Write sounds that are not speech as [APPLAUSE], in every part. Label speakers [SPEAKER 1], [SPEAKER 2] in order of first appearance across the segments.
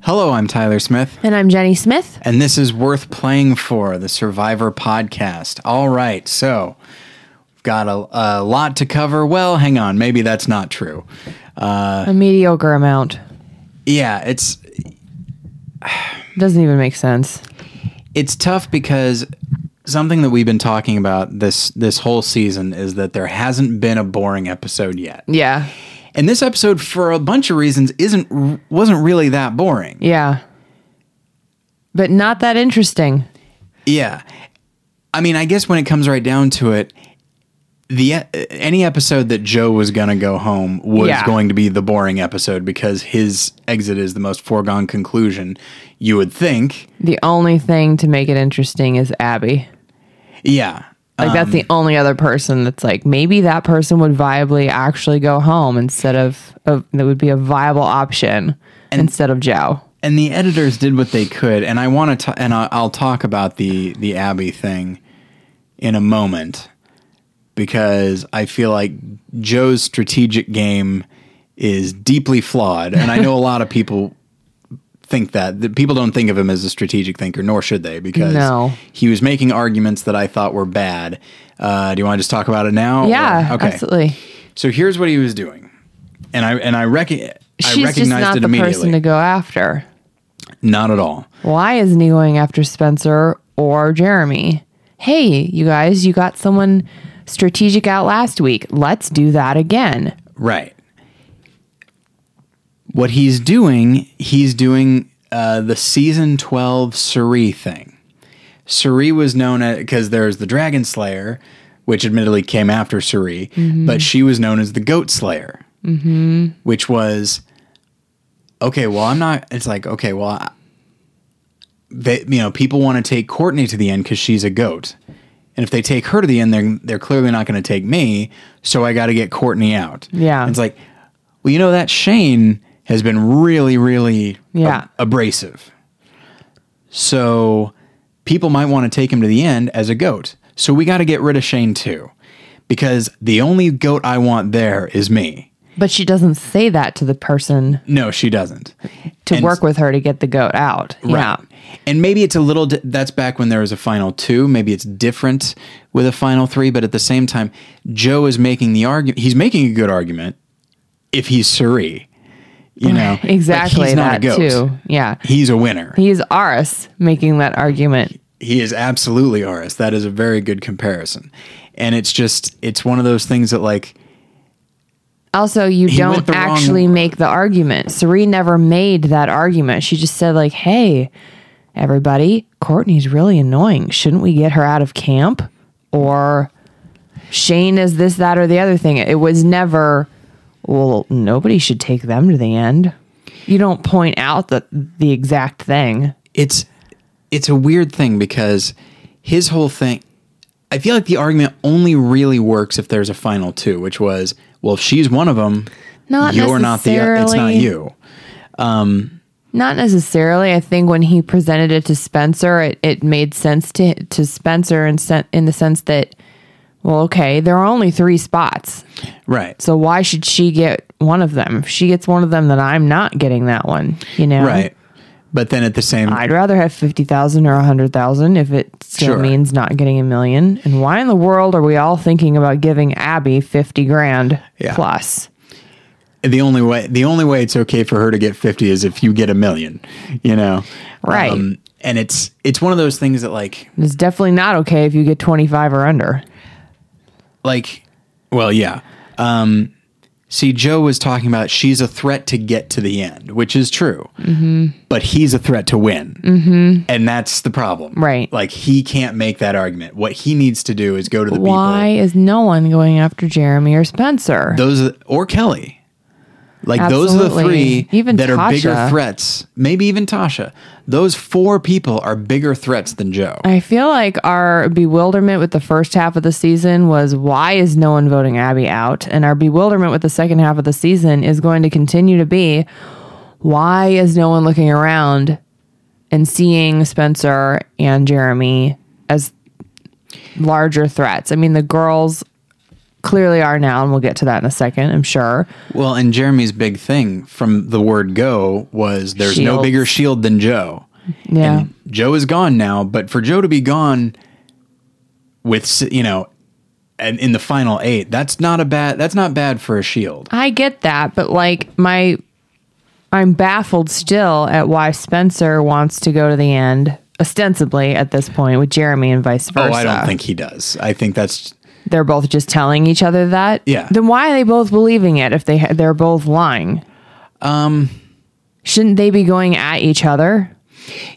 [SPEAKER 1] Hello, I'm Tyler Smith,
[SPEAKER 2] And I'm Jenny Smith.
[SPEAKER 1] and this is Worth Playing For, the Survivor podcast. All right, so we've got a, a lot to cover. Well, hang on, maybe that's not true. Uh.
[SPEAKER 2] a mediocre amount.
[SPEAKER 1] Yeah, it's
[SPEAKER 2] Doesn't even make sense.
[SPEAKER 1] it's tough because something that we've been talking about this this whole season is that there hasn't been a boring episode yet.
[SPEAKER 2] Yeah.
[SPEAKER 1] And this episode for a bunch of reasons isn't wasn't really that boring.
[SPEAKER 2] Yeah. But not that interesting.
[SPEAKER 1] Yeah. I mean, I guess when it comes right down to it, the uh, any episode that Joe was going to go home was
[SPEAKER 2] Yeah.
[SPEAKER 1] going to be the boring episode because his exit is the most foregone conclusion you would think.
[SPEAKER 2] The only thing to make it interesting is Abby.
[SPEAKER 1] Yeah.
[SPEAKER 2] Like, that's
[SPEAKER 1] Um.
[SPEAKER 2] the only other person that's like, maybe that person would viably actually go home instead of, of that would be a viable option instead of Joe.
[SPEAKER 1] And the editors did what they could and I want to and I- I'll talk about the the Abby thing in a moment because I feel like Joe's strategic game is deeply flawed and I know a lot of people think that. that people don't think of him as a strategic thinker, nor should they, because
[SPEAKER 2] No.
[SPEAKER 1] he was making arguments that I thought were bad. Uh, do you want to just talk about it now?
[SPEAKER 2] Yeah,
[SPEAKER 1] Or- okay.
[SPEAKER 2] absolutely.
[SPEAKER 1] So here's what he was doing, and I and I reckon I
[SPEAKER 2] She's just
[SPEAKER 1] recognized
[SPEAKER 2] not
[SPEAKER 1] it
[SPEAKER 2] the
[SPEAKER 1] immediately.
[SPEAKER 2] person to go after.
[SPEAKER 1] not at all.
[SPEAKER 2] Why isn't he going after Spencer or Jeremy? Hey, you guys, you got someone strategic out last week. Let's do that again.
[SPEAKER 1] Right. What he's doing, he's doing uh, the season 12 Suri thing. Suri was known as, because there's the Dragon Slayer, which admittedly came after Suri, but she was known as the Goat Slayer, mm-hmm. which was, okay, well, I'm not, it's like, okay, well, I, they, you know, people want to take Courtney to the end because she's a goat. And if they take her to the end, they're, they're clearly not going to take me. So I got to get Courtney out.
[SPEAKER 2] Yeah.
[SPEAKER 1] And it's like, well, you know, that Shane has been really, really
[SPEAKER 2] Yeah.
[SPEAKER 1] ab- abrasive. So people might want to take him to the end as a goat. So we got to get rid of Shane too, because the only goat I want there is me.
[SPEAKER 2] But she doesn't say that to the person
[SPEAKER 1] No, she doesn't.
[SPEAKER 2] to
[SPEAKER 1] And-
[SPEAKER 2] work with her to get the goat out. Yeah.
[SPEAKER 1] And maybe it's a little, di- that's back when there was a final two. Maybe it's different with a final three, but at the same time, Joe is making the argument. He's making a good argument if he's Suri, you know? Like,
[SPEAKER 2] Exactly
[SPEAKER 1] he's not
[SPEAKER 2] that
[SPEAKER 1] a goat.
[SPEAKER 2] too. Yeah.
[SPEAKER 1] He's a winner.
[SPEAKER 2] He's Aris making that argument.
[SPEAKER 1] He is absolutely Aris. That is a very good comparison. And it's just, it's one of those things that, like,
[SPEAKER 2] Also, you
[SPEAKER 1] went
[SPEAKER 2] don't
[SPEAKER 1] the wrong-
[SPEAKER 2] actually make the argument. Sari never made that argument. She just said, like, hey, everybody, Courtney's really annoying. Shouldn't we get her out of camp? Or Shane is this, that, or the other thing. It was never, well, nobody should take them to the end. You don't point out the, the exact thing.
[SPEAKER 1] it's it's a weird thing because his whole thing I feel like the argument only really works if there's a final two, which was, well, if she's one of them,
[SPEAKER 2] Not
[SPEAKER 1] you're not the other. It's not
[SPEAKER 2] necessarily.
[SPEAKER 1] you.
[SPEAKER 2] Not necessarily. I think when he presented it to Spencer, it, it made sense to to Spencer in, sen- in the sense that, well, okay, there are only three spots.
[SPEAKER 1] Right.
[SPEAKER 2] So why should she get one of them? If she gets one of them, then I'm not getting that one, you know?
[SPEAKER 1] Right. But then at the same
[SPEAKER 2] I'd rather have 50,000 or 100,000 if it still
[SPEAKER 1] Sure.
[SPEAKER 2] means not getting a million. And why in the world are we all thinking about giving Abby 50 grand
[SPEAKER 1] Yeah.
[SPEAKER 2] plus?
[SPEAKER 1] the only way the only way it's okay for her to get 50 is if you get a million, you know. Um,
[SPEAKER 2] Right.
[SPEAKER 1] and it's it's one of those things that like
[SPEAKER 2] It's definitely not okay if you get 25 or under.
[SPEAKER 1] like well yeah um see joe was talking about she's a threat to get to the end which is true
[SPEAKER 2] Mm-hmm.
[SPEAKER 1] but he's a threat to win mm-hmm. and that's the problem
[SPEAKER 2] Right.
[SPEAKER 1] like he can't make that argument what he needs to do is go to the
[SPEAKER 2] Why
[SPEAKER 1] people
[SPEAKER 2] is no one going after Jeremy or Spencer?
[SPEAKER 1] those are- or kelly like those are the
[SPEAKER 2] Absolutely.
[SPEAKER 1] three
[SPEAKER 2] Even
[SPEAKER 1] that are bigger
[SPEAKER 2] Tasha.
[SPEAKER 1] threats maybe even tasha those four people are bigger threats than joe
[SPEAKER 2] I feel like our bewilderment with the first half of the season was why is no one voting Abby out? And our bewilderment with the second half of the season is going to continue to be why is no one looking around and seeing Spencer and Jeremy as larger threats? I mean, the girls clearly are now, and we'll get to that in a second, I'm sure.
[SPEAKER 1] Well, and Jeremy's big thing from the word go was there's no
[SPEAKER 2] Shields.
[SPEAKER 1] bigger shield than Joe.
[SPEAKER 2] Yeah.
[SPEAKER 1] And Joe is gone now, but for Joe to be gone with, s- you know, and in the final eight, that's not a bad, that's not bad for a shield.
[SPEAKER 2] I get that, but like my I'm baffled still at why Spencer wants to go to the end, ostensibly at this point with Jeremy and vice versa.
[SPEAKER 1] Oh, I don't think he does. I think that's,
[SPEAKER 2] they're both just telling each other that.
[SPEAKER 1] Yeah.
[SPEAKER 2] Then why are they both believing it if they ha- they're both lying? Um
[SPEAKER 1] Um,
[SPEAKER 2] shouldn't they be going at each other?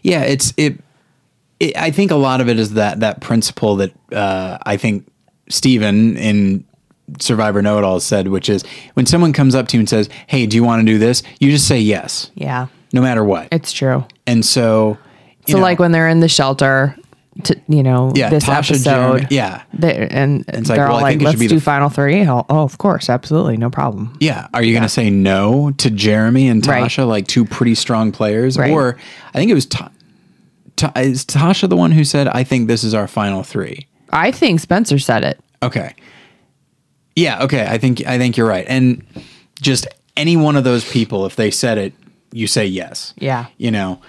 [SPEAKER 1] yeah, it's, it, it I think a lot of it is that, that principle that uh, I think Steven in Survivor Know It All said, which is when someone comes up to you and says, Hey, do you want to do this? You just say yes,
[SPEAKER 2] Yeah.
[SPEAKER 1] no matter what.
[SPEAKER 2] It's true.
[SPEAKER 1] And so, you
[SPEAKER 2] So
[SPEAKER 1] know,
[SPEAKER 2] like when they're in the shelter to, you know,
[SPEAKER 1] yeah,
[SPEAKER 2] this
[SPEAKER 1] Tasha,
[SPEAKER 2] episode.
[SPEAKER 1] Jeremy, yeah,
[SPEAKER 2] They, and
[SPEAKER 1] like,
[SPEAKER 2] they're
[SPEAKER 1] well,
[SPEAKER 2] all
[SPEAKER 1] I think
[SPEAKER 2] like,
[SPEAKER 1] it should
[SPEAKER 2] let's
[SPEAKER 1] be
[SPEAKER 2] do
[SPEAKER 1] the-
[SPEAKER 2] final three. Oh, oh, of course. Absolutely. No problem.
[SPEAKER 1] Yeah. Are you going to say no to Jeremy and
[SPEAKER 2] Right.
[SPEAKER 1] Tasha, like two pretty strong players?
[SPEAKER 2] Right.
[SPEAKER 1] Or I think it was Ta- Ta- is Tasha the one who said, "I think this is our final three.
[SPEAKER 2] I think Spencer said it.
[SPEAKER 1] Okay. Yeah. Okay. I think I think you're right. And just any one of those people, if they said it, you say yes.
[SPEAKER 2] Yeah.
[SPEAKER 1] You know.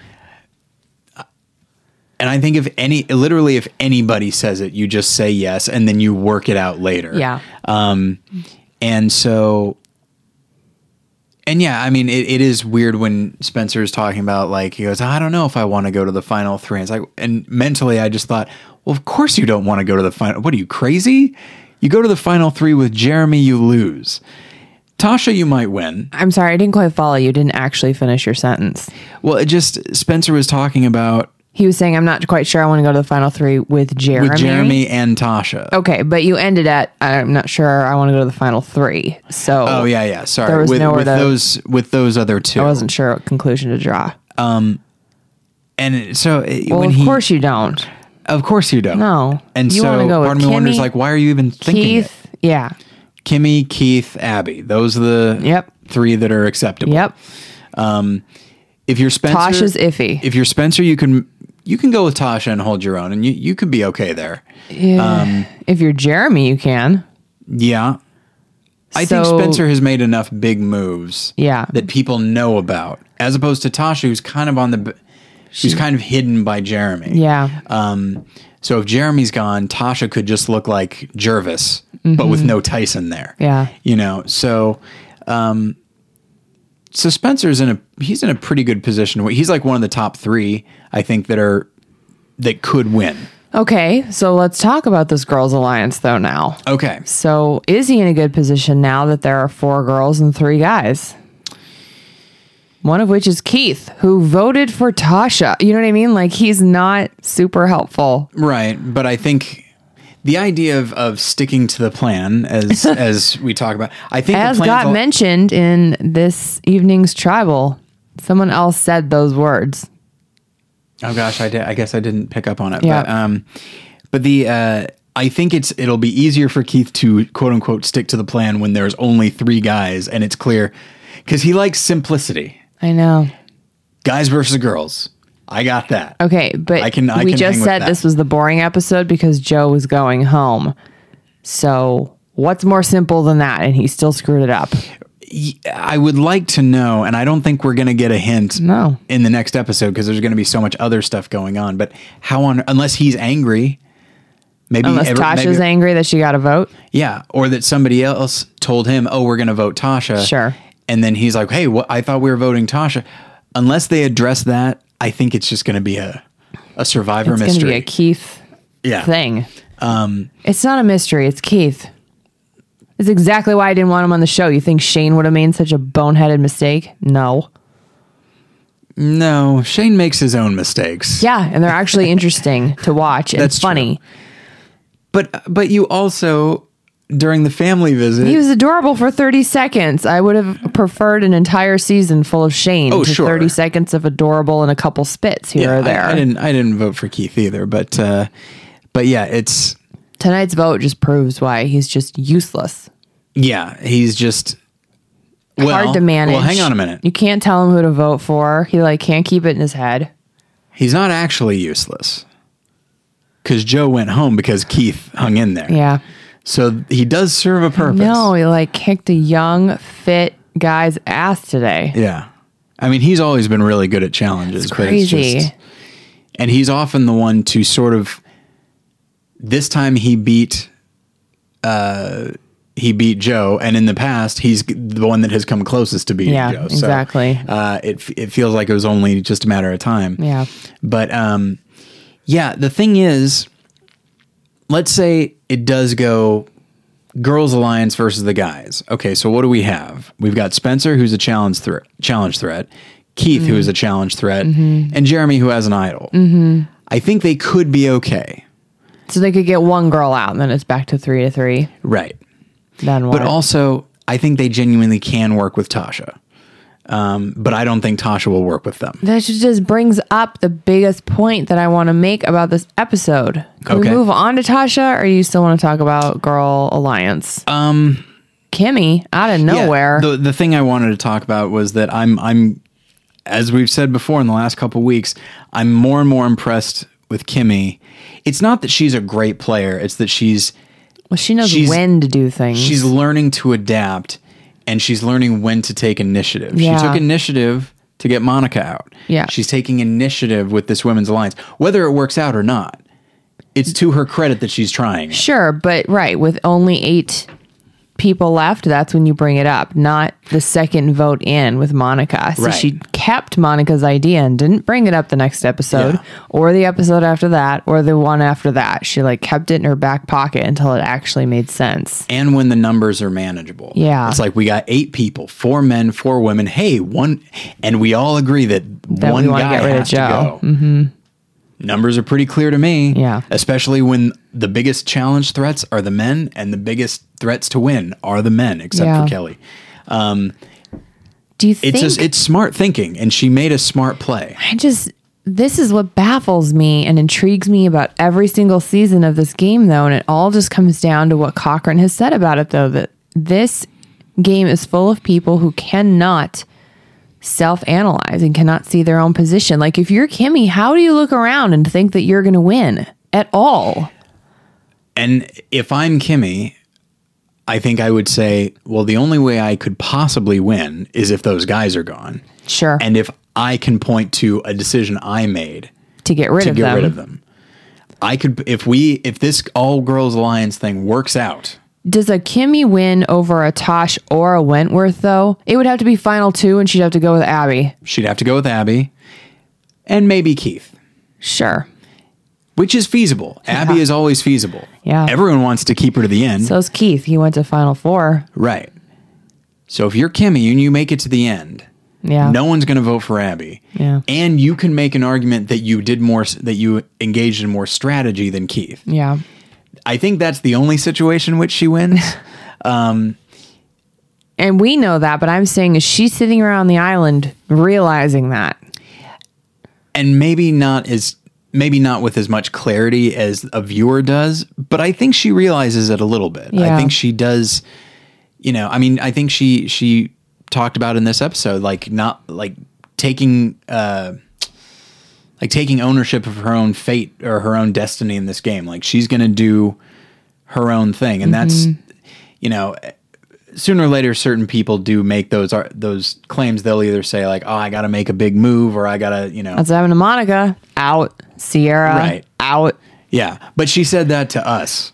[SPEAKER 1] And I think if any, literally, if anybody says it, you just say yes, and then you work it out later.
[SPEAKER 2] Yeah.
[SPEAKER 1] And so, and yeah, I mean, it, it is weird when Spencer is talking about like he goes, I don't know if I want to go to the final three. And it's like, and mentally, I just thought, well, of course you don't want to go to the final. What are you crazy? You go to the final three with Jeremy, you lose. Tasha, you might win.
[SPEAKER 2] I'm sorry, I didn't quite follow you. Didn't actually finish your sentence.
[SPEAKER 1] Well, it just Spencer was talking about
[SPEAKER 2] He was saying, I'm not quite sure I want to go to the final three with Jeremy. Oh.
[SPEAKER 1] with Jeremy and Tasha.
[SPEAKER 2] Okay, but you ended at, I'm not sure I want to go to the final three. So
[SPEAKER 1] Oh yeah, yeah. Sorry,
[SPEAKER 2] There was
[SPEAKER 1] with,
[SPEAKER 2] nowhere
[SPEAKER 1] with
[SPEAKER 2] to-
[SPEAKER 1] those with those other two.
[SPEAKER 2] I wasn't sure what conclusion to draw.
[SPEAKER 1] and so it,
[SPEAKER 2] Well,
[SPEAKER 1] when
[SPEAKER 2] of
[SPEAKER 1] he,
[SPEAKER 2] course you don't.
[SPEAKER 1] of course you don't.
[SPEAKER 2] No.
[SPEAKER 1] And
[SPEAKER 2] You
[SPEAKER 1] so
[SPEAKER 2] wanna go with
[SPEAKER 1] part of me wonders
[SPEAKER 2] Kimmy,
[SPEAKER 1] like, why are you even thinking it?
[SPEAKER 2] Keith, yeah.
[SPEAKER 1] Kimmy, Keith, Abby. Those are the
[SPEAKER 2] Yep.
[SPEAKER 1] three that are acceptable.
[SPEAKER 2] Yep.
[SPEAKER 1] If you're Spencer,
[SPEAKER 2] Tasha's iffy.
[SPEAKER 1] If you're Spencer, you can you can go with Tasha and hold your own, and you you could be okay there.
[SPEAKER 2] Yeah.
[SPEAKER 1] Um,
[SPEAKER 2] if you're Jeremy, you can.
[SPEAKER 1] Yeah. I
[SPEAKER 2] So-
[SPEAKER 1] think Spencer has made enough big moves
[SPEAKER 2] Yeah.
[SPEAKER 1] that people know about, as opposed to Tasha, who's kind of on the, b- who's kind of hidden by Jeremy.
[SPEAKER 2] Yeah.
[SPEAKER 1] Um, so if Jeremy's gone, Tasha could just look like Jervis, but with no Tyson there.
[SPEAKER 2] Mm-hmm. Yeah.
[SPEAKER 1] You know, so um, so Spencer's in a he's in a pretty good position. He's like one of the top three, I think, that are that could win.
[SPEAKER 2] Okay, so let's talk about this girls' alliance though now.
[SPEAKER 1] Okay.
[SPEAKER 2] So, is he in a good position now that there are four girls and three guys? One of which is Keith, who voted for Tasha. You know what I mean? Like, he's not super helpful.
[SPEAKER 1] Right. But I think the idea of, of sticking to the plan
[SPEAKER 2] [LAUGHS]
[SPEAKER 1] as as we talk about I think
[SPEAKER 2] As
[SPEAKER 1] the plan's
[SPEAKER 2] got
[SPEAKER 1] al-
[SPEAKER 2] mentioned in this evening's tribal, someone else said those words.
[SPEAKER 1] Oh gosh, I did. I guess I didn't pick up on it.
[SPEAKER 2] Yeah.
[SPEAKER 1] But, um, but the uh, I think it's it'll be easier for Keith to quote unquote stick to the plan when there's only three guys and it's clear because he likes simplicity.
[SPEAKER 2] I know.
[SPEAKER 1] Guys versus girls. I got that.
[SPEAKER 2] Okay, but
[SPEAKER 1] I can- I can
[SPEAKER 2] we
[SPEAKER 1] hang
[SPEAKER 2] just
[SPEAKER 1] with
[SPEAKER 2] said
[SPEAKER 1] that.
[SPEAKER 2] this was the boring episode because Joe was going home. So, what's more simple than that? And he still screwed it up.
[SPEAKER 1] I would like to know, and I don't think we're gonna get a hint.
[SPEAKER 2] No.
[SPEAKER 1] In the next episode, because there's gonna be so much other stuff going on. But how on unless he's angry. Maybe
[SPEAKER 2] Unless
[SPEAKER 1] every-
[SPEAKER 2] Tasha's
[SPEAKER 1] maybe-
[SPEAKER 2] angry that she got a vote.
[SPEAKER 1] Yeah, or that somebody else told him, "Oh, we're going to vote Tasha."
[SPEAKER 2] Sure.
[SPEAKER 1] And then he's like, "Hey, what? I thought we were voting Tasha." Unless they address that, I think it's just going to be a a survivor
[SPEAKER 2] It's going to
[SPEAKER 1] mystery.
[SPEAKER 2] be a Keith
[SPEAKER 1] yeah.
[SPEAKER 2] thing.
[SPEAKER 1] Um,
[SPEAKER 2] it's not a mystery. It's Keith. It's exactly why I didn't want him on the show. You think Shane would have made such a boneheaded mistake? No.
[SPEAKER 1] No, Shane makes his own mistakes.
[SPEAKER 2] Yeah, and they're actually [LAUGHS] interesting to watch and
[SPEAKER 1] That's true.
[SPEAKER 2] funny.
[SPEAKER 1] But but you also during the family visit.
[SPEAKER 2] He was adorable for 30 seconds. I would have preferred an entire season full of Shane
[SPEAKER 1] Oh,
[SPEAKER 2] to
[SPEAKER 1] sure.
[SPEAKER 2] 30 seconds of adorable and a couple spits here
[SPEAKER 1] yeah,
[SPEAKER 2] or
[SPEAKER 1] I-
[SPEAKER 2] there.
[SPEAKER 1] I, didn't I didn't vote for Keith either, but uh but yeah, it's
[SPEAKER 2] Tonight's vote just proves why he's just useless.
[SPEAKER 1] yeah, he's just well,
[SPEAKER 2] Hard to manage.
[SPEAKER 1] Well, hang on a minute.
[SPEAKER 2] You can't tell him who to vote for. He like can't keep it in his head.
[SPEAKER 1] He's not actually useless. Because Joe went home because Keith hung in there.
[SPEAKER 2] Yeah.
[SPEAKER 1] So he does serve a purpose.
[SPEAKER 2] No, he like kicked a young, fit guy's ass today.
[SPEAKER 1] Yeah. I mean, he's always been really good at challenges.
[SPEAKER 2] That's
[SPEAKER 1] But
[SPEAKER 2] crazy.
[SPEAKER 1] it's just, and he's often the one to sort of. This time he beat, uh, he beat Joe, and in the past he's the one that has come closest to beating
[SPEAKER 2] Yeah,
[SPEAKER 1] Joe.
[SPEAKER 2] exactly.
[SPEAKER 1] Uh, it f- it feels like it was only just a matter of time.
[SPEAKER 2] Yeah.
[SPEAKER 1] But um, yeah, the thing is, let's say it does go girls alliance versus the guys. Okay, so what do we have? We've got Spencer, who's a challenge threat, challenge threat, Keith, who is a challenge threat, and Jeremy, who has an idol. I think they could be okay,
[SPEAKER 2] So they could get one girl out and then it's back to three to three.
[SPEAKER 1] right?
[SPEAKER 2] Then what?
[SPEAKER 1] But also, I think they genuinely can work with Tasha. Um, but I don't think Tasha will work with them.
[SPEAKER 2] that ju- just brings up the biggest point that I want to make about this episode. Can
[SPEAKER 1] Okay.
[SPEAKER 2] we move on to Tasha or you still want to talk about Girl Alliance? Um Kimmy out of
[SPEAKER 1] Yeah,
[SPEAKER 2] nowhere.
[SPEAKER 1] the the thing I wanted to talk about was that I'm I'm as we've said before in the last couple weeks, I'm more and more impressed with Kimmy. It's not that she's a great player, it's that she's
[SPEAKER 2] well, she knows
[SPEAKER 1] she's-
[SPEAKER 2] when to do things.
[SPEAKER 1] she's learning to adapt and she's learning when to take initiative.
[SPEAKER 2] Yeah.
[SPEAKER 1] She took initiative to get Monica out.
[SPEAKER 2] Yeah.
[SPEAKER 1] She's taking initiative with this women's alliance, whether it works out or not. It's to her credit that she's trying. it.
[SPEAKER 2] Sure, but right, with only eight people left, that's when you bring it up, not the second vote in with Monica. So
[SPEAKER 1] Right.
[SPEAKER 2] she kept Monica's idea and didn't bring it up the next episode
[SPEAKER 1] Yeah.
[SPEAKER 2] or the episode after that or the one after that. She like kept it in her back pocket until it actually made sense.
[SPEAKER 1] and when the numbers are manageable.
[SPEAKER 2] Yeah.
[SPEAKER 1] It's like we got eight people, four men, four women. Hey, one, and we all agree that,
[SPEAKER 2] That
[SPEAKER 1] one
[SPEAKER 2] we wanna
[SPEAKER 1] guy
[SPEAKER 2] get rid of
[SPEAKER 1] has to
[SPEAKER 2] Joe. Mm-hmm.
[SPEAKER 1] go. Numbers are pretty clear to me.
[SPEAKER 2] Yeah.
[SPEAKER 1] Especially when the biggest challenge threats are the men and the biggest threats to win are the men, except
[SPEAKER 2] Yeah.
[SPEAKER 1] for Kelly.
[SPEAKER 2] Do you think
[SPEAKER 1] It's just, it's smart thinking and she made a smart play.
[SPEAKER 2] I just this is what baffles me and intrigues me about every single season of this game though and it all just comes down to what Cochran has said about it though that this game is full of people who cannot self-analyze and cannot see their own position like if you're Kimmy how do you look around and think that you're going to win at all
[SPEAKER 1] And if I'm Kimmy, I think I would say, well, the only way I could possibly win is if those guys are gone.
[SPEAKER 2] sure
[SPEAKER 1] And if I can point to a decision I made
[SPEAKER 2] to get rid
[SPEAKER 1] to
[SPEAKER 2] of
[SPEAKER 1] get
[SPEAKER 2] them
[SPEAKER 1] rid of them. I could if we if this all girls alliance thing works out.
[SPEAKER 2] Does a Kimmy win over a Tosh or a Wentworth though? It would have to be final 2 and she'd have to go with Abby.
[SPEAKER 1] She'd have to go with Abby and maybe Keith,
[SPEAKER 2] Sure.
[SPEAKER 1] which is feasible. Abby is always feasible.
[SPEAKER 2] Yeah.
[SPEAKER 1] Everyone wants to keep her to the end.
[SPEAKER 2] So's Keith. He went to Final Four.
[SPEAKER 1] right. So if you're Kimmy and you make it to the end,
[SPEAKER 2] Yeah.
[SPEAKER 1] no one's going to vote for Abby.
[SPEAKER 2] Yeah.
[SPEAKER 1] And you can make an argument that you did more s- that you engaged in more strategy than Keith.
[SPEAKER 2] Yeah.
[SPEAKER 1] I think that's the only situation in which she wins.
[SPEAKER 2] And we know that, but I'm saying is she sitting around the island realizing that?
[SPEAKER 1] and maybe not as maybe not with as much clarity as a viewer does, but I think she realizes it a little bit.
[SPEAKER 2] Yeah.
[SPEAKER 1] I think she does you know, I mean, I think she she talked about in this episode like not like taking uh like taking ownership of her own fate or her own destiny in this game. Like she's going to do her own thing and that's you know, sooner or later certain people do make those ar- those claims they'll either say like oh i gotta make a big move or i gotta you know
[SPEAKER 2] That's what happened to Monica. Out. Sierra.
[SPEAKER 1] Right.
[SPEAKER 2] Out.
[SPEAKER 1] Yeah, but she said that to us,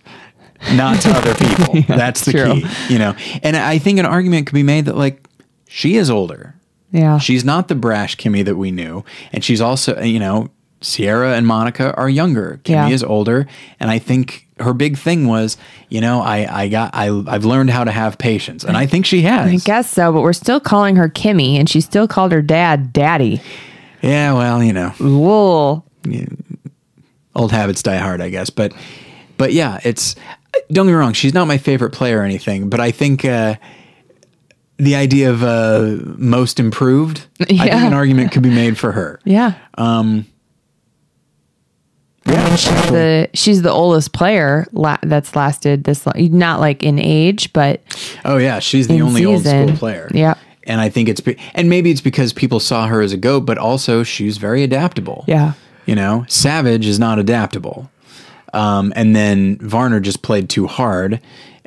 [SPEAKER 1] not to
[SPEAKER 2] [LAUGHS]
[SPEAKER 1] other people. That's the
[SPEAKER 2] true.
[SPEAKER 1] key, you know. And I think an argument could be made that like she is older.
[SPEAKER 2] Yeah.
[SPEAKER 1] She's not the brash Kimmy that we knew, and she's also, you know, Sierra and Monica are younger. Kimmy
[SPEAKER 2] Yeah.
[SPEAKER 1] is older, and I think her big thing was, you know, I I got I I've learned how to have patience, and I think she has.
[SPEAKER 2] I guess so, but we're still calling her Kimmy, and she still called her dad Daddy.
[SPEAKER 1] yeah, well, you know,
[SPEAKER 2] Wool.
[SPEAKER 1] old habits die hard, I guess. But but yeah, it's don't get me wrong, she's not my favorite player or anything, but I think uh, the idea of uh, most improved, I think
[SPEAKER 2] Yeah.
[SPEAKER 1] an argument could be made for her.
[SPEAKER 2] Yeah.
[SPEAKER 1] Oh.
[SPEAKER 2] Um. The she's the oldest player la- that's lasted this long. Not like in age, but
[SPEAKER 1] Oh yeah, she's the
[SPEAKER 2] In
[SPEAKER 1] only old
[SPEAKER 2] season.
[SPEAKER 1] school player.
[SPEAKER 2] Yeah.
[SPEAKER 1] and I think it's be- and maybe it's because people saw her as a goat, but also she's very adaptable.
[SPEAKER 2] Yeah.
[SPEAKER 1] you know, Savage is not adaptable. Um, and then Varner just played too hard.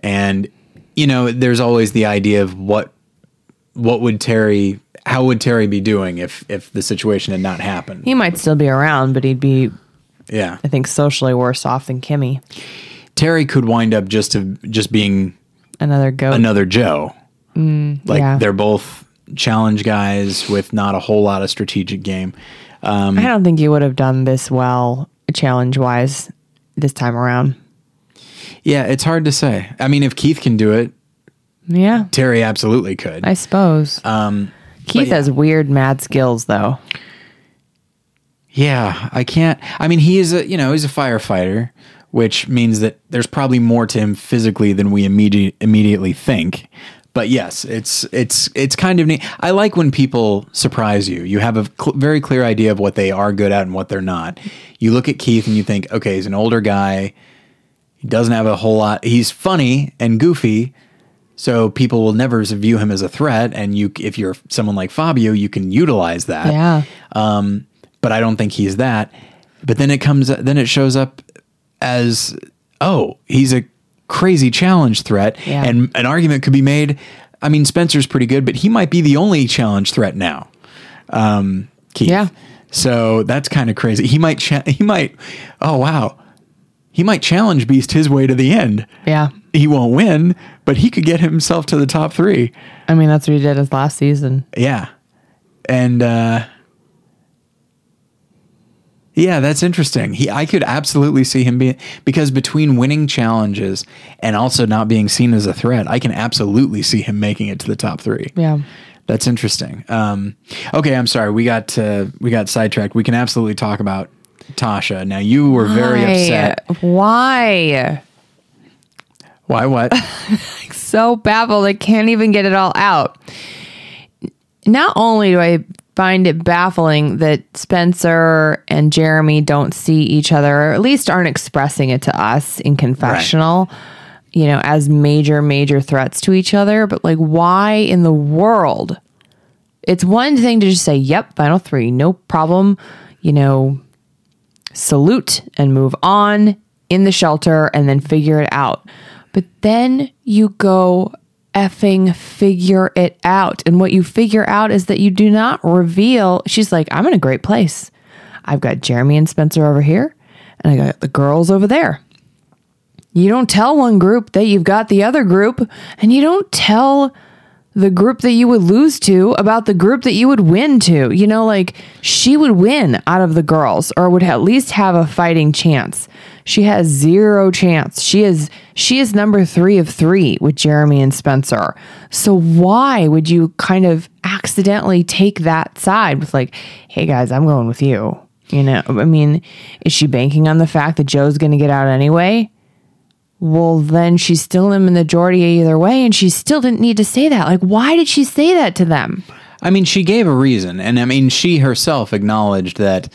[SPEAKER 1] And, you know, there's always the idea of what what would Terry how would Terry be doing if if the situation had not happened?
[SPEAKER 2] He might still be around, but he'd be,
[SPEAKER 1] Yeah.
[SPEAKER 2] I think, socially worse off than Kimmy.
[SPEAKER 1] Terry could wind up just to just being
[SPEAKER 2] Another goat.
[SPEAKER 1] another Joe. like
[SPEAKER 2] yeah.
[SPEAKER 1] they're both challenge guys with not a whole lot of strategic game.
[SPEAKER 2] I don't think you would have done this well, challenge wise, this time around.
[SPEAKER 1] Yeah, it's hard to say. I mean, if Keith can do it,
[SPEAKER 2] Yeah,
[SPEAKER 1] Terry absolutely could.
[SPEAKER 2] I suppose.
[SPEAKER 1] um,
[SPEAKER 2] Keith
[SPEAKER 1] yeah.
[SPEAKER 2] has weird mad skills, though.
[SPEAKER 1] yeah, I can't. I mean, he is a you know he's a firefighter, which means that there's probably more to him physically than we immediate, immediately think. But yes, it's it's it's kind of neat. I like when people surprise you. You have a cl- very clear idea of what they are good at and what they're not. You look at Keith and you think, okay, he's an older guy. He doesn't have a whole lot. He's funny and goofy, so people will never view him as a threat. And you, if you're someone like Fabio, you can utilize that.
[SPEAKER 2] Yeah.
[SPEAKER 1] Um, but I don't think he's that. But then it comes, then it shows up as, oh, he's a crazy challenge threat,
[SPEAKER 2] Yeah.
[SPEAKER 1] and an argument could be made. I mean, Spencer's pretty good, but he might be the only challenge threat now. Um, Keith.
[SPEAKER 2] Yeah.
[SPEAKER 1] So that's kind of crazy. He might, cha- he might, oh wow, he might challenge Beast his way to the end.
[SPEAKER 2] Yeah.
[SPEAKER 1] He won't win, but he could get himself to the top three.
[SPEAKER 2] I mean, that's what he did his last season.
[SPEAKER 1] Yeah. And uh Yeah, that's interesting. He I could absolutely see him being because between winning challenges and also not being seen as a threat, I can absolutely see him making it to the top 3.
[SPEAKER 2] Yeah.
[SPEAKER 1] That's interesting. Um okay, I'm sorry. We got uh, we got sidetracked. We can absolutely talk about Tasha. Now you were very upset.
[SPEAKER 2] Why?
[SPEAKER 1] Why what?
[SPEAKER 2] so baffled I can't even get it all out. Not only do I find it baffling that Spencer and Jeremy don't see each other, or at least aren't expressing it to us in confessional, you know, as major, major threats to each other, but like, why in the world? It's one thing to just say, yep, final three, no problem, you know, salute and move on in the shelter and then figure it out. But then you go effing figure it out. And what you figure out is that you do not reveal. She's like, I'm in a great place. I've got Jeremy and Spencer over here, and I got the girls over there. You don't tell one group that you've got the other group, and you don't tell the group that you would lose to about the group that you would win to. You know, like she would win out of the girls or would at least have a fighting chance. She has zero chance. She is she is number 3 of 3 with Jeremy and Spencer. So why would you kind of accidentally take that side with like, "Hey guys, I'm going with you." You know, I mean, is she banking on the fact that Joe's going to get out anyway? well, then she's still in the majority either way, and she still didn't need to say that. Like, why did she say that to them?
[SPEAKER 1] I mean, she gave a reason, and I mean, she herself acknowledged that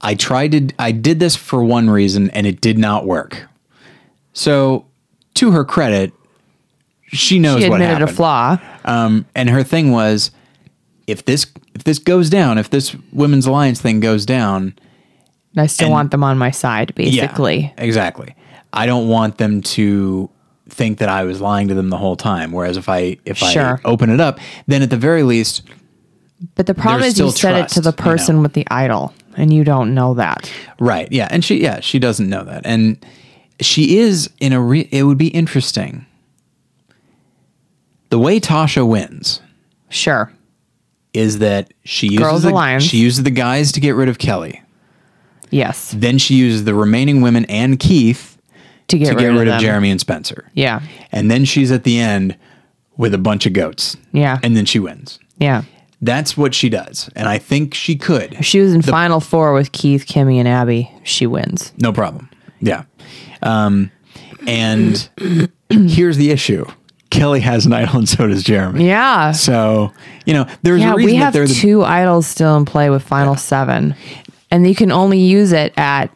[SPEAKER 1] I tried to, I did this for one reason, and it did not work. So, to her credit, she knows
[SPEAKER 2] She
[SPEAKER 1] what
[SPEAKER 2] admitted a
[SPEAKER 1] happened.
[SPEAKER 2] flaw.
[SPEAKER 1] Um, and her thing was, if this if this goes down, if this women's alliance thing goes down,
[SPEAKER 2] and I still want them on my side, basically.
[SPEAKER 1] yeah, exactly. I don't want them to think that I was lying to them the whole time. Whereas if I if
[SPEAKER 2] Sure.
[SPEAKER 1] I open it up, then at the very least,
[SPEAKER 2] But the problem
[SPEAKER 1] There's
[SPEAKER 2] is you
[SPEAKER 1] still
[SPEAKER 2] said it to
[SPEAKER 1] trust,
[SPEAKER 2] the
[SPEAKER 1] you know.
[SPEAKER 2] person with the idol, and you don't know that.
[SPEAKER 1] Right. Yeah. And she, yeah, she doesn't know that. And she is in a, re- it would be interesting. The way Tasha wins
[SPEAKER 2] Sure.
[SPEAKER 1] is that she uses,
[SPEAKER 2] Girls
[SPEAKER 1] the,
[SPEAKER 2] Alliance.
[SPEAKER 1] she uses the guys to get rid of Kelly.
[SPEAKER 2] Yes.
[SPEAKER 1] Then she uses the remaining women and Keith
[SPEAKER 2] To get,
[SPEAKER 1] to get rid, of,
[SPEAKER 2] them.
[SPEAKER 1] Jeremy and Spencer.
[SPEAKER 2] Yeah.
[SPEAKER 1] And then she's at the end with a bunch of goats.
[SPEAKER 2] Yeah.
[SPEAKER 1] And then she wins.
[SPEAKER 2] Yeah.
[SPEAKER 1] That's what she does. And I think she could.
[SPEAKER 2] If she was in Final Four with Keith, Kimmy, and Abby, she wins.
[SPEAKER 1] No problem. Yeah. Um, and [CLEARS THROAT] here's the issue Kelly has an idol, and so does Jeremy.
[SPEAKER 2] Yeah.
[SPEAKER 1] So, you know, there's
[SPEAKER 2] Yeah,
[SPEAKER 1] a reason
[SPEAKER 2] we have
[SPEAKER 1] that they're the.
[SPEAKER 2] two idols still in play with Final Seven, and you can only use it at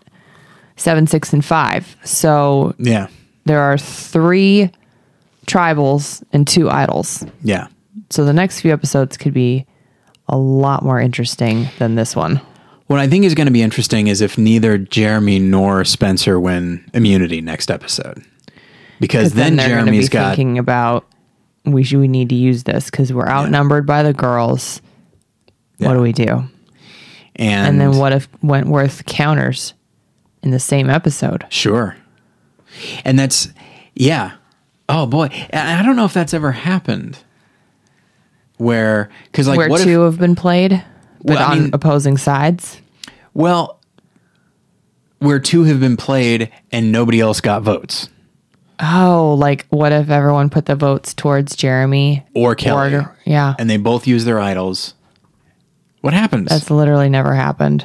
[SPEAKER 2] seven, six, and five. So
[SPEAKER 1] yeah.
[SPEAKER 2] there are three tribals and two idols.
[SPEAKER 1] Yeah.
[SPEAKER 2] So the next few episodes could be a lot more interesting than this one.
[SPEAKER 1] What I think is going to be interesting is if neither Jeremy nor Spencer win immunity next episode, because
[SPEAKER 2] 'Cause
[SPEAKER 1] then,
[SPEAKER 2] they're gonna
[SPEAKER 1] Jeremy's
[SPEAKER 2] be
[SPEAKER 1] got
[SPEAKER 2] thinking about we should we need to use this because we're outnumbered by the girls. What do we do? And
[SPEAKER 1] and,
[SPEAKER 2] then what if Wentworth counters in the same episode?
[SPEAKER 1] Sure, and that's yeah. Oh boy, and I don't know if that's ever happened. Where because like
[SPEAKER 2] Where
[SPEAKER 1] what if
[SPEAKER 2] two have been played, but
[SPEAKER 1] Well, I
[SPEAKER 2] on
[SPEAKER 1] mean-
[SPEAKER 2] opposing sides.
[SPEAKER 1] Well, where two have been played and nobody else got votes.
[SPEAKER 2] Oh, like what if everyone put the votes towards Jeremy
[SPEAKER 1] Or Kelly.
[SPEAKER 2] yeah,
[SPEAKER 1] And they both use their idols. What happens?
[SPEAKER 2] that's literally never happened.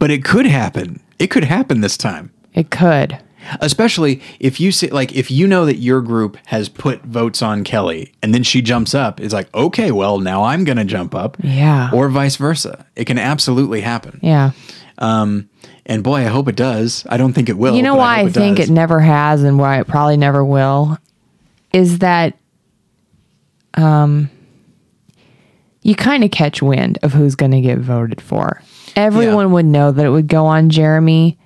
[SPEAKER 1] but it could happen. It could happen this time.
[SPEAKER 2] It could.
[SPEAKER 1] Especially if you see, like, if you know that your group has put votes on Kelly and then she jumps up, it's like, okay, well, now I'm going to jump up.
[SPEAKER 2] Yeah.
[SPEAKER 1] Or vice versa. It can absolutely happen.
[SPEAKER 2] Yeah.
[SPEAKER 1] Um, and boy, I hope it does. I don't think it will.
[SPEAKER 2] You know
[SPEAKER 1] but
[SPEAKER 2] why I,
[SPEAKER 1] hope
[SPEAKER 2] think
[SPEAKER 1] does.
[SPEAKER 2] it never has and why it probably never will is that um you kind of catch wind of who's going to get voted for. Everyone would know that it would go on Jeremy.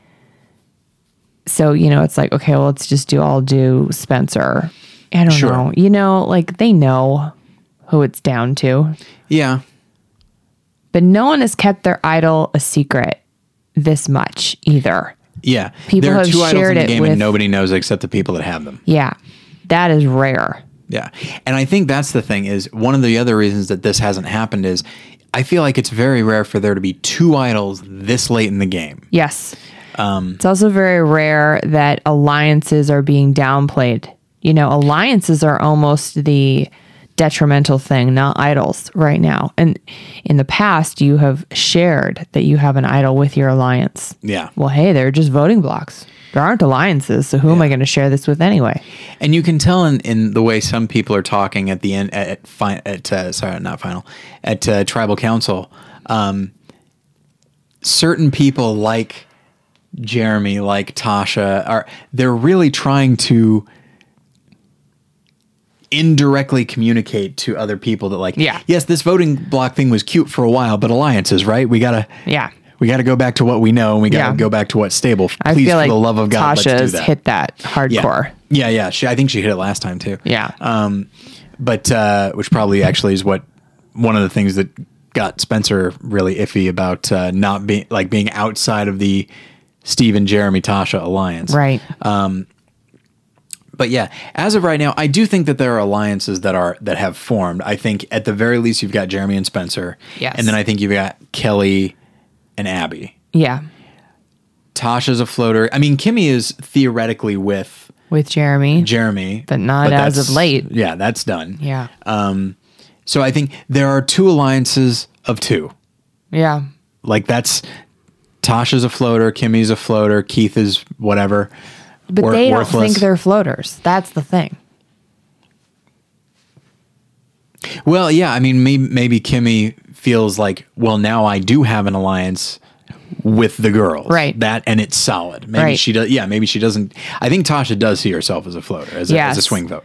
[SPEAKER 2] So, you know, it's like, okay, well, let's just do all do Spencer. I don't
[SPEAKER 1] Sure.
[SPEAKER 2] know. You know, like they know who it's down to.
[SPEAKER 1] Yeah.
[SPEAKER 2] But no one has kept their idol a secret this much either.
[SPEAKER 1] Yeah.
[SPEAKER 2] People
[SPEAKER 1] there are
[SPEAKER 2] have
[SPEAKER 1] two idols in
[SPEAKER 2] shared
[SPEAKER 1] the
[SPEAKER 2] it
[SPEAKER 1] game
[SPEAKER 2] with-
[SPEAKER 1] and nobody knows except the people that have them.
[SPEAKER 2] Yeah. That is rare.
[SPEAKER 1] Yeah. And I think that's the thing is one of the other reasons that this hasn't happened is I feel like it's very rare for there to be two idols this late in the game.
[SPEAKER 2] Yes.
[SPEAKER 1] Um,
[SPEAKER 2] it's also very rare that alliances are being downplayed. You know, alliances are almost the detrimental thing, not idols right now. And in the past, you have shared that you have an idol with your alliance.
[SPEAKER 1] Yeah.
[SPEAKER 2] Well, hey, they're just voting blocks. There aren't alliances, so who am I going to share this with anyway?
[SPEAKER 1] And you can tell in, in the way some people are talking at the end at, at, fi- at uh, sorry, not final, at uh, tribal council. Um, certain people like Jeremy, like Tasha, are they're really trying to indirectly communicate to other people that like
[SPEAKER 2] Yeah.
[SPEAKER 1] yes this voting block thing was cute for a while but alliances right we gotta
[SPEAKER 2] Yeah.
[SPEAKER 1] we gotta go back to what we know and we gotta
[SPEAKER 2] Yeah.
[SPEAKER 1] go back to what's stable please
[SPEAKER 2] I feel
[SPEAKER 1] for
[SPEAKER 2] like
[SPEAKER 1] the love of god
[SPEAKER 2] Tasha's
[SPEAKER 1] let's do that
[SPEAKER 2] hit that hardcore.
[SPEAKER 1] yeah, yeah. She, I think she hit it last time too.
[SPEAKER 2] Yeah.
[SPEAKER 1] Um, but uh, which probably actually is what one of the things that got Spencer really iffy about uh, not being like being outside of the Steve and Jeremy Tasha alliance.
[SPEAKER 2] Right.
[SPEAKER 1] But yeah, as of right now, I do think that there are alliances that are that have formed. I think at the very least you've got Jeremy and Spencer.
[SPEAKER 2] Yes.
[SPEAKER 1] And then I think you've got Kelly and Abby.
[SPEAKER 2] yeah.
[SPEAKER 1] Tasha's a floater. I mean, Kimmy is theoretically with
[SPEAKER 2] With Jeremy.
[SPEAKER 1] Jeremy,
[SPEAKER 2] But not as
[SPEAKER 1] that's-
[SPEAKER 2] of late.
[SPEAKER 1] Yeah, that's done.
[SPEAKER 2] yeah.
[SPEAKER 1] So I think there are two alliances of two.
[SPEAKER 2] yeah.
[SPEAKER 1] Like that's Tasha's a floater, Kimmy's a floater, Keith is whatever.
[SPEAKER 2] But
[SPEAKER 1] wor-
[SPEAKER 2] they don't
[SPEAKER 1] worthless.
[SPEAKER 2] think they're floaters. That's the thing.
[SPEAKER 1] Well, yeah, I mean, may- maybe Kimmy feels like, well, now I do have an alliance with the girls,
[SPEAKER 2] Right.
[SPEAKER 1] That and it's solid. Maybe
[SPEAKER 2] Right.
[SPEAKER 1] she does. Yeah, maybe she doesn't. I think Tasha does see herself as a floater, as, a, as a
[SPEAKER 2] Yes.
[SPEAKER 1] swing vote.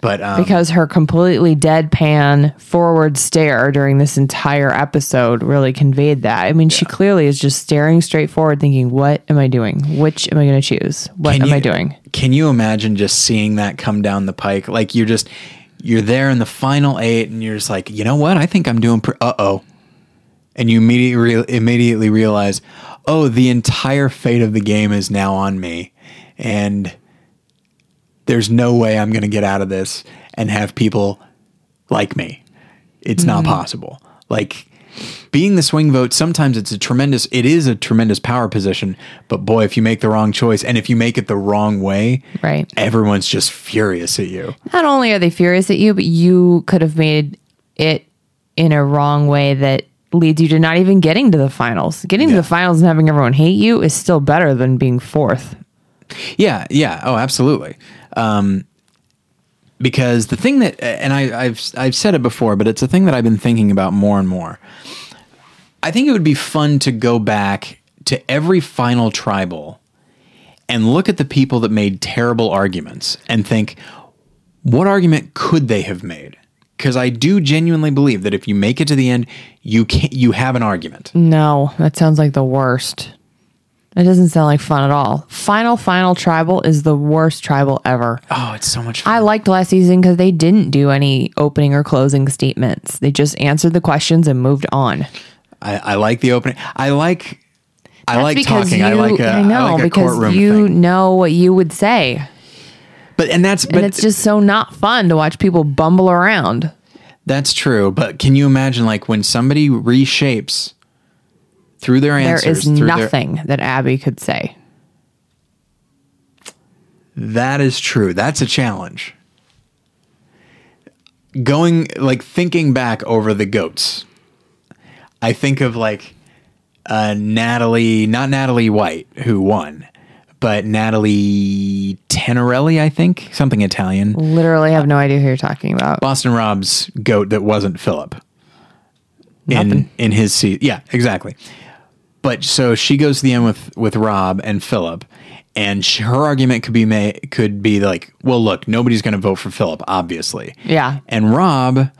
[SPEAKER 1] But um,
[SPEAKER 2] Because her completely deadpan forward stare during this entire episode really conveyed that. I mean, she clearly is just staring straight forward, thinking, What am I doing? Which am I going to choose? What
[SPEAKER 1] Can
[SPEAKER 2] am
[SPEAKER 1] you-
[SPEAKER 2] I doing?
[SPEAKER 1] Can you imagine just seeing that come down the pike? Like you're just you're there in the final eight, and you're just like, you know what? I think I'm doing. Pre- uh oh, and you immediately re- immediately realize, oh, the entire fate of the game is now on me, and there's no way I'm going to get out of this and have people like me. It's not possible. Like being the swing vote, sometimes it's a tremendous, it is a tremendous power position. But boy, if you make the wrong choice and if you make it the wrong way,
[SPEAKER 2] Right.
[SPEAKER 1] everyone's just furious at you.
[SPEAKER 2] Not only are they furious at you, but you could have made it in a wrong way that leads you to not even getting to the finals. Getting
[SPEAKER 1] Yeah.
[SPEAKER 2] to the finals and having everyone hate you is still better than being fourth.
[SPEAKER 1] Yeah, yeah. Oh, absolutely. Um, because the thing that, and I, I've I've said it before, but it's a thing that I've been thinking about more and more. I think it would be fun to go back to every final tribal and look at the people that made terrible arguments and think, what argument could they have made? because I do genuinely believe that if you make it to the end, you can you have an argument.
[SPEAKER 2] No, that sounds like the worst. It doesn't sound like fun at all. Final Final Tribal is the worst tribal ever.
[SPEAKER 1] Oh, it's so much
[SPEAKER 2] I
[SPEAKER 1] fun.
[SPEAKER 2] liked last season because they didn't do any opening or closing statements. They just answered the questions and moved on.
[SPEAKER 1] I, I like the opening. I like I
[SPEAKER 2] That's
[SPEAKER 1] like
[SPEAKER 2] because
[SPEAKER 1] talking.
[SPEAKER 2] You,
[SPEAKER 1] I like a, I
[SPEAKER 2] I know
[SPEAKER 1] like a courtroom
[SPEAKER 2] because you
[SPEAKER 1] thing.
[SPEAKER 2] know what you would say,
[SPEAKER 1] But and that's but
[SPEAKER 2] and it's just so not fun to watch people bumble around.
[SPEAKER 1] that's true. But can you imagine like when somebody reshapes through their
[SPEAKER 2] There
[SPEAKER 1] answers?
[SPEAKER 2] is
[SPEAKER 1] through their-
[SPEAKER 2] nothing that Abby could say.
[SPEAKER 1] That is true. That's a challenge. Going like thinking back over the goats, I think of like uh, Natalie, not Natalie White, who won, but Natalie Tenorelli, I think, something Italian.
[SPEAKER 2] Literally, have no idea who you're talking about.
[SPEAKER 1] Boston Rob's goat that wasn't Philip. In
[SPEAKER 2] Nothing.
[SPEAKER 1] in his seat. Yeah, exactly. But so she goes to the end with with Rob and Philip and sh her argument could be made could be like, well, look, nobody's going to vote for Philip, obviously.
[SPEAKER 2] Yeah.
[SPEAKER 1] And Rob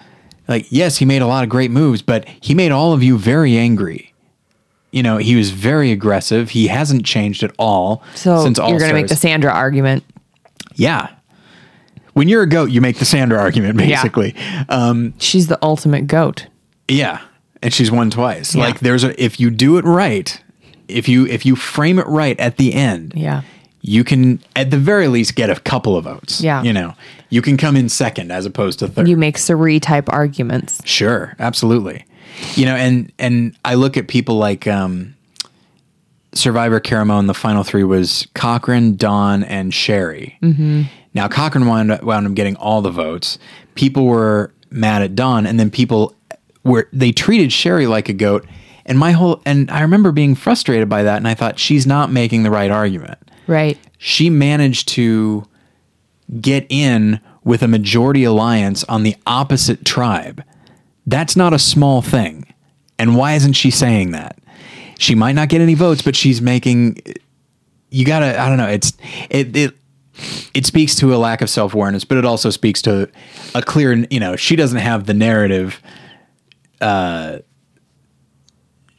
[SPEAKER 1] like, yes, he made a lot of great moves, but he made all of you very angry. You know, he was very aggressive. He hasn't changed at all
[SPEAKER 2] So
[SPEAKER 1] since all
[SPEAKER 2] you're going to make the Sandra argument.
[SPEAKER 1] Yeah. When you're a goat, you make the Sandra argument basically.
[SPEAKER 2] She's the ultimate goat.
[SPEAKER 1] Yeah, and she's won twice. Like there's a if you do it right, if you if you frame it right at the end,
[SPEAKER 2] Yeah.
[SPEAKER 1] you can at the very least get a couple of votes.
[SPEAKER 2] Yeah.
[SPEAKER 1] you know, you can come in second as opposed to third.
[SPEAKER 2] You make Sari type arguments.
[SPEAKER 1] Sure, absolutely. You know, and and I look at people like um, Survivor Caramone. The final three was Cochran, Don, and Sherry. Mm-hmm. Now Cochran wound up, wound up getting all the votes. People were mad at Don, and then people were they treated Sherry like a goat. And my whole and I remember being frustrated by that, and I thought she's not making the right argument
[SPEAKER 2] Right.
[SPEAKER 1] she managed to get in with a majority alliance on the opposite tribe. That's not a small thing. And why isn't she saying that? She might not get any votes, but she's making you got to I don't know, it's it it it speaks to a lack of self-awareness, but it also speaks to a clear, you know, she doesn't have the narrative uh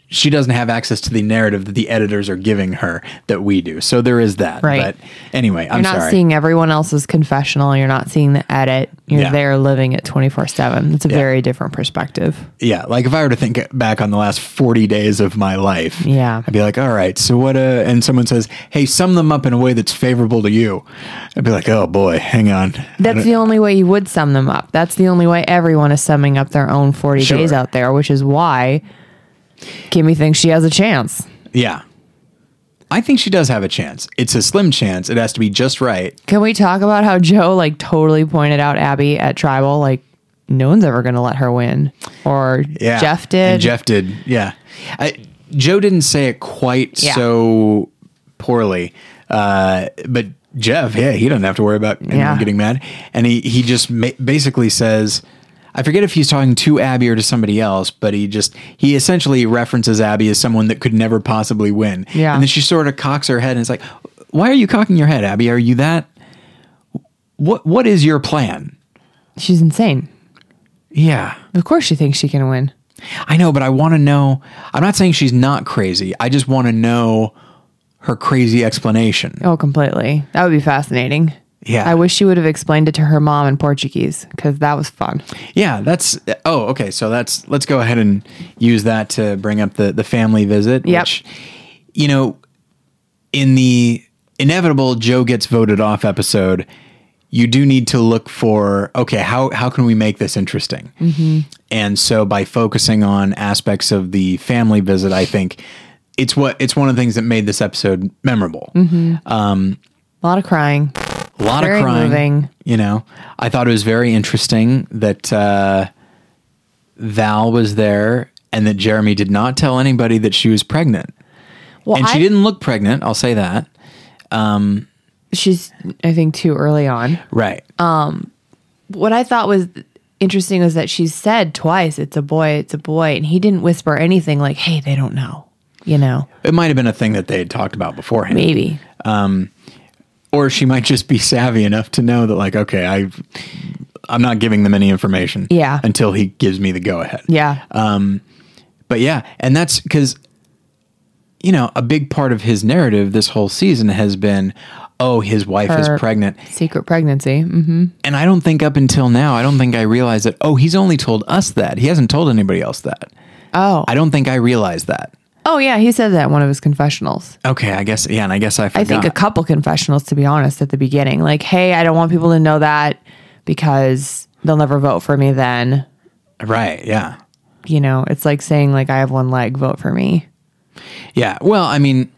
[SPEAKER 1] she doesn't have access to the narrative that the editors are giving her that we do. So there is that.
[SPEAKER 2] Right.
[SPEAKER 1] But anyway, I'm
[SPEAKER 2] You're not
[SPEAKER 1] sorry.
[SPEAKER 2] seeing everyone else's confessional. You're not seeing the edit. You're
[SPEAKER 1] Yeah.
[SPEAKER 2] there living it 24 7. It's a very different perspective.
[SPEAKER 1] yeah like if i were to think back on the last 40 days of my life
[SPEAKER 2] Yeah.
[SPEAKER 1] i'd be like all right so what uh and someone says hey sum them up in a way that's favorable to you i'd be like oh boy hang on
[SPEAKER 2] That's the only way you would sum them up. That's the only way everyone is summing up their own 40
[SPEAKER 1] Sure.
[SPEAKER 2] days out there, which is why Kimmy thinks she has a chance
[SPEAKER 1] yeah i think she does have a chance it's a slim chance it has to be just right
[SPEAKER 2] Can we talk about how Joe like totally pointed out Abby at Tribal? Like, no one's ever going to let her win. Or
[SPEAKER 1] yeah
[SPEAKER 2] Jeff did.
[SPEAKER 1] and jeff did yeah I, joe didn't say it quite
[SPEAKER 2] Yeah.
[SPEAKER 1] so poorly uh but Jeff, yeah, he doesn't have to worry about anyone
[SPEAKER 2] Yeah.
[SPEAKER 1] getting getting mad, and he he just ma- basically says, I forget if he's talking to Abby or to somebody else, but he just he essentially references Abby as someone that could never possibly win.
[SPEAKER 2] Yeah.
[SPEAKER 1] and then she sort of cocks her head and it's like, why are you cocking your head, Abby? Are you that? What what is your plan?
[SPEAKER 2] She's insane.
[SPEAKER 1] Yeah,
[SPEAKER 2] Of course she thinks she can win.
[SPEAKER 1] I know, but I want to know. I'm not saying she's not crazy. I just want to know her crazy explanation.
[SPEAKER 2] Oh, completely. That would be fascinating.
[SPEAKER 1] Yeah.
[SPEAKER 2] I wish she would have explained it to her mom in Portuguese because that was fun.
[SPEAKER 1] Yeah, that's oh, okay. So that's let's go ahead and use that to bring up the the family visit.
[SPEAKER 2] Yep.
[SPEAKER 1] Which, you know, in the inevitable Joe gets voted off episode, you do need to look for okay, how how can we make this interesting? And so by focusing on aspects of the family visit, I think it's what it's one of the things that made this episode memorable.
[SPEAKER 2] A lot of crying.
[SPEAKER 1] A lot
[SPEAKER 2] Very
[SPEAKER 1] of crying.
[SPEAKER 2] moving.
[SPEAKER 1] You know, I thought it was very interesting that uh, Val was there and that Jeremy did not tell anybody that she was pregnant.
[SPEAKER 2] Well,
[SPEAKER 1] and she
[SPEAKER 2] I-
[SPEAKER 1] didn't look pregnant. I'll say that.
[SPEAKER 2] She's, I think, too early on.
[SPEAKER 1] Right.
[SPEAKER 2] What I thought was interesting was that she said twice, it's a boy, it's a boy. And he didn't whisper anything like, hey, they don't know, you know,
[SPEAKER 1] it might have been a thing that they had talked about beforehand.
[SPEAKER 2] maybe.
[SPEAKER 1] Or she might just be savvy enough to know that, like, okay, I I'm not giving them any information.
[SPEAKER 2] Yeah.
[SPEAKER 1] Until he gives me the go ahead.
[SPEAKER 2] Yeah.
[SPEAKER 1] Uh, But yeah, and that's because, you know, a big part of his narrative this whole season has been, oh, his wife is
[SPEAKER 2] Her-
[SPEAKER 1] pregnant.
[SPEAKER 2] Secret pregnancy. hmm
[SPEAKER 1] And I don't think up until now, I don't think I realized that, oh, he's only told us that. He hasn't told anybody else that.
[SPEAKER 2] Oh.
[SPEAKER 1] I don't think I realized that.
[SPEAKER 2] oh, yeah. He said that in one of his confessionals.
[SPEAKER 1] Okay, I guess, yeah, and I guess I forgot.
[SPEAKER 2] I think a couple confessionals, to be honest, at the beginning. Like, hey, I don't want people to know that because they'll never vote for me then.
[SPEAKER 1] right, yeah.
[SPEAKER 2] You know, it's like saying, like, I have one leg, vote for me.
[SPEAKER 1] Yeah. Well, I mean,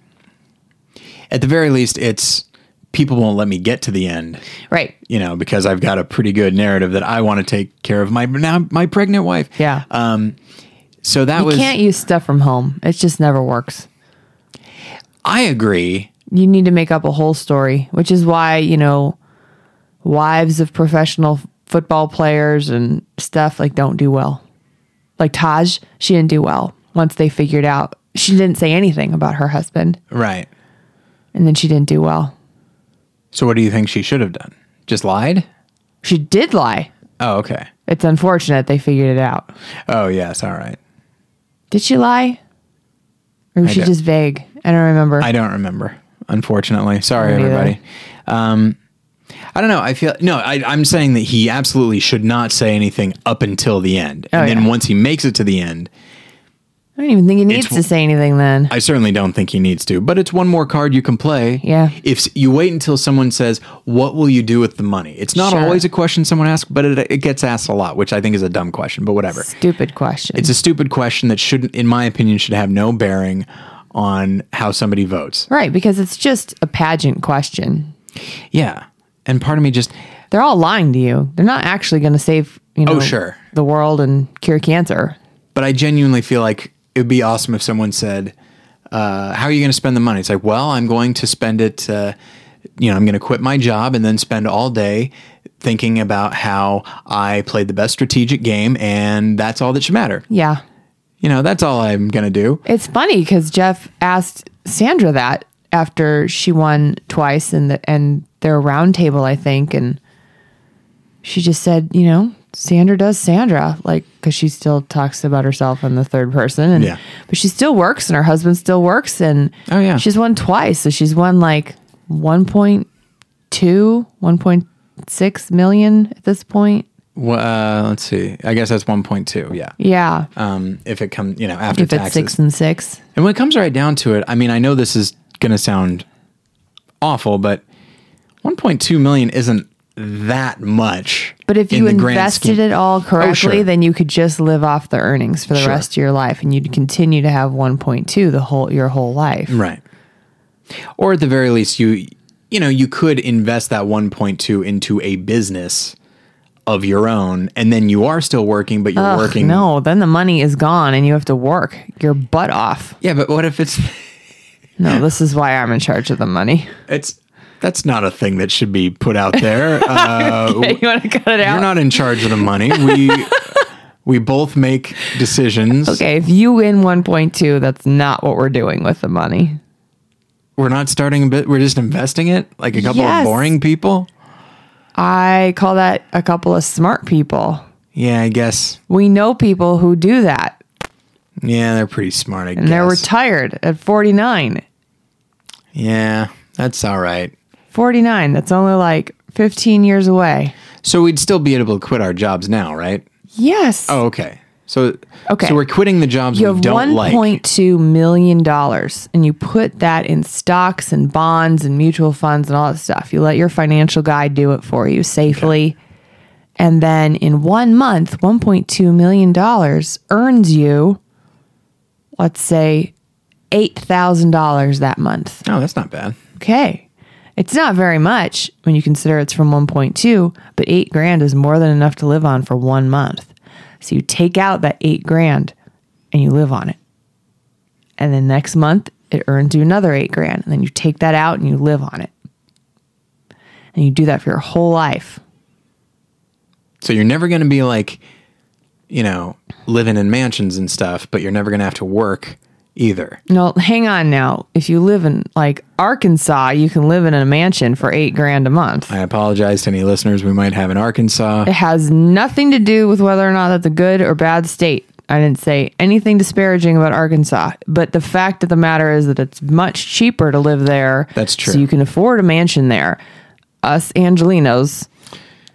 [SPEAKER 1] at the very least, it's people won't let me get to the end,
[SPEAKER 2] Right.
[SPEAKER 1] you know, because I've got a pretty good narrative that I want to take care of my now my pregnant wife.
[SPEAKER 2] Yeah.
[SPEAKER 1] So that
[SPEAKER 2] you
[SPEAKER 1] Uh, was
[SPEAKER 2] can't use stuff from home. It just never works.
[SPEAKER 1] I agree.
[SPEAKER 2] You need to make up a whole story, which is why, you know, wives of professional f- football players and stuff like don't do well. Like Taj, she didn't do well once they figured out she didn't say anything about her husband
[SPEAKER 1] Right.
[SPEAKER 2] and then she didn't do well.
[SPEAKER 1] So what do you think she should have done? Just lied?
[SPEAKER 2] She did lie.
[SPEAKER 1] Oh, okay.
[SPEAKER 2] It's unfortunate they figured it out.
[SPEAKER 1] Oh, yes. All right.
[SPEAKER 2] Did she lie? Or was
[SPEAKER 1] I
[SPEAKER 2] she
[SPEAKER 1] don't-
[SPEAKER 2] just vague? I don't remember.
[SPEAKER 1] I don't remember, unfortunately. Sorry,
[SPEAKER 2] I don't either.
[SPEAKER 1] everybody. Um, I don't know. I feel no. I, I'm saying that he absolutely should not say anything up until the end,
[SPEAKER 2] Oh,
[SPEAKER 1] and then
[SPEAKER 2] yeah.
[SPEAKER 1] once he makes it to the end,
[SPEAKER 2] I don't even think he needs to say anything then.
[SPEAKER 1] I certainly don't think he needs to, but it's one more card you can play.
[SPEAKER 2] Yeah.
[SPEAKER 1] If s- you wait until someone says, "What will you do with the money?" It's not
[SPEAKER 2] Sure.
[SPEAKER 1] always a question someone asks, but it, it gets asked a lot, which I think is a dumb question. But whatever,
[SPEAKER 2] Stupid question.
[SPEAKER 1] it's a stupid question that shouldn't, in my opinion, should have no bearing on how somebody votes.
[SPEAKER 2] Right, because it's just a pageant question.
[SPEAKER 1] Yeah, and part of me just,
[SPEAKER 2] They're all lying to you. They're not actually going to save, you know,
[SPEAKER 1] Oh, sure.
[SPEAKER 2] the world and cure cancer.
[SPEAKER 1] but I genuinely feel like it would be awesome if someone said, uh, "How are you going to spend the money?" It's like, well, I'm going to spend it. Uh, you know, I'm going to quit my job and then spend all day thinking about how I played the best strategic game, and that's all that should matter.
[SPEAKER 2] Yeah.
[SPEAKER 1] You know, that's all I'm going to do.
[SPEAKER 2] It's funny cuz Jeff asked Sandra that after she won twice in the and their round table, I think, and she just said, you know, Sandra does Sandra, like cuz she still talks about herself in the third person and
[SPEAKER 1] Yeah.
[SPEAKER 2] but she still works and her husband still works and
[SPEAKER 1] Oh, yeah.
[SPEAKER 2] She's won twice, so she's won like 1.2, 1.6 million at this point.
[SPEAKER 1] Well, uh, let's see. I guess that's 1.2. Yeah.
[SPEAKER 2] Yeah.
[SPEAKER 1] Um, if it comes, you know, after
[SPEAKER 2] if it's
[SPEAKER 1] taxes.
[SPEAKER 2] 6 and 6.
[SPEAKER 1] And when it comes right down to it, I mean, I know this is going to sound awful, but 1.2 million isn't that much.
[SPEAKER 2] But if
[SPEAKER 1] in
[SPEAKER 2] you
[SPEAKER 1] the grand
[SPEAKER 2] invested
[SPEAKER 1] scheme- Oh,
[SPEAKER 2] it all correctly,
[SPEAKER 1] sure.
[SPEAKER 2] then you could just live off the earnings for the
[SPEAKER 1] Sure.
[SPEAKER 2] rest of your life and you'd continue to have 1.2 the whole your whole life.
[SPEAKER 1] right? Or at the very least, you you know you could invest that 1.2 into a business of your own, and then you are still working, but you're
[SPEAKER 2] Ugh,
[SPEAKER 1] working.
[SPEAKER 2] No, then the money is gone and you have to work your butt off.
[SPEAKER 1] Yeah, but what if it's
[SPEAKER 2] No, this is why I'm in charge of the money. [LAUGHS]
[SPEAKER 1] it's that's not a thing that should be put out
[SPEAKER 2] [LAUGHS]
[SPEAKER 1] there. Uh,
[SPEAKER 2] you want to cut it out?
[SPEAKER 1] You're not in charge of the money. We we both make decisions.
[SPEAKER 2] [LAUGHS] okay, if you win 1.2, that's not what we're doing with the money.
[SPEAKER 1] We're not starting a bit. We're just investing it like a couple
[SPEAKER 2] Yes.
[SPEAKER 1] of boring people.
[SPEAKER 2] I call that a couple of smart people.
[SPEAKER 1] Yeah, I guess.
[SPEAKER 2] We know people who do that,
[SPEAKER 1] Yeah, they're pretty smart. I
[SPEAKER 2] and they're
[SPEAKER 1] guess.
[SPEAKER 2] retired at 49.
[SPEAKER 1] yeah, that's all right.
[SPEAKER 2] 49, that's only like 15 years away.
[SPEAKER 1] So we'd still be able to quit our jobs now, right?
[SPEAKER 2] Yes.
[SPEAKER 1] Oh, okay. So
[SPEAKER 2] Okay.
[SPEAKER 1] So we're quitting the jobs
[SPEAKER 2] you
[SPEAKER 1] we
[SPEAKER 2] have
[SPEAKER 1] don't like.
[SPEAKER 2] $1.2 million dollars, and you put that in stocks and bonds and mutual funds and all that stuff. You let your financial guy do it for you safely. And then in one month, $1.2 million dollars earns you, let's say, $8,000 that month.
[SPEAKER 1] Oh, that's not bad.
[SPEAKER 2] Okay. It's not very much when you consider it's from 1.2, but eight grand is more than enough to live on for one month. So you take out that eight grand and you live on it. And then next month, it earns you another eight grand. And then you take that out and you live on it. And you do that for your whole life.
[SPEAKER 1] So you're never going to be like, you know, living in mansions and stuff, but you're never going to have to work. either.
[SPEAKER 2] No, hang on now. If you live in like Arkansas, you can live in a mansion for eight grand a month.
[SPEAKER 1] I apologize to any listeners we might have in Arkansas.
[SPEAKER 2] It has nothing to do with whether or not that's a good or bad state. I didn't say anything disparaging about Arkansas, but the fact of the matter is that it's much cheaper to live there.
[SPEAKER 1] That's true.
[SPEAKER 2] So you can afford a mansion there. Us Angelinos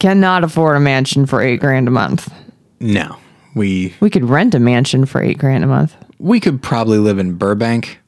[SPEAKER 2] cannot afford a mansion for eight grand a month.
[SPEAKER 1] No, we
[SPEAKER 2] We could rent a mansion for eight grand a month.
[SPEAKER 1] we could probably live in Burbank,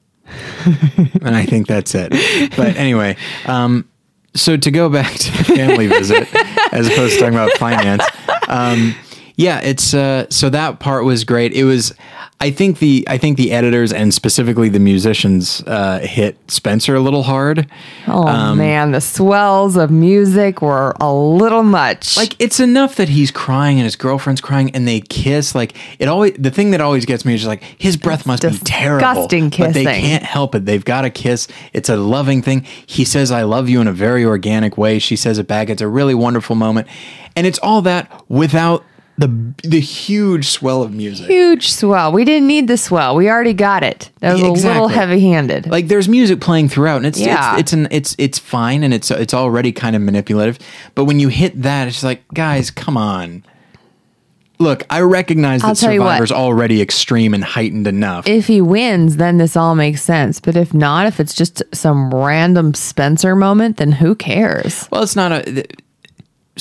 [SPEAKER 1] and I think that's it. But anyway, um, so to go back to the family visit, as opposed to talking about finance, um, yeah, it's uh, so that part was great. It was, I think the I think the editors and specifically the musicians uh, hit Spencer a little hard.
[SPEAKER 2] Oh
[SPEAKER 1] Um,
[SPEAKER 2] man, the swells of music were a little much.
[SPEAKER 1] Like it's enough that he's crying and his girlfriend's crying and they kiss. Like it always the thing that always gets me is just like his breath must be terrible.
[SPEAKER 2] disgusting
[SPEAKER 1] But they
[SPEAKER 2] kissing.
[SPEAKER 1] can't help it. They've got to kiss. It's a loving thing. He says I love you in a very organic way. She says it back. It's a really wonderful moment. And it's all that without the the huge swell of music.
[SPEAKER 2] huge swell. We didn't need the swell. We already got it. That was a little
[SPEAKER 1] Exactly.
[SPEAKER 2] heavy-handed.
[SPEAKER 1] like there's music playing throughout and it's
[SPEAKER 2] Yeah.
[SPEAKER 1] it's it's, an, it's it's fine and it's it's already kind of manipulative but when you hit that it's just like guys come on look i recognize
[SPEAKER 2] I'll
[SPEAKER 1] that
[SPEAKER 2] tell you what.
[SPEAKER 1] survivor's already extreme and heightened enough
[SPEAKER 2] if he wins, then this all makes sense. But if not, if it's just some random Spencer moment, then who cares?
[SPEAKER 1] well it's not a the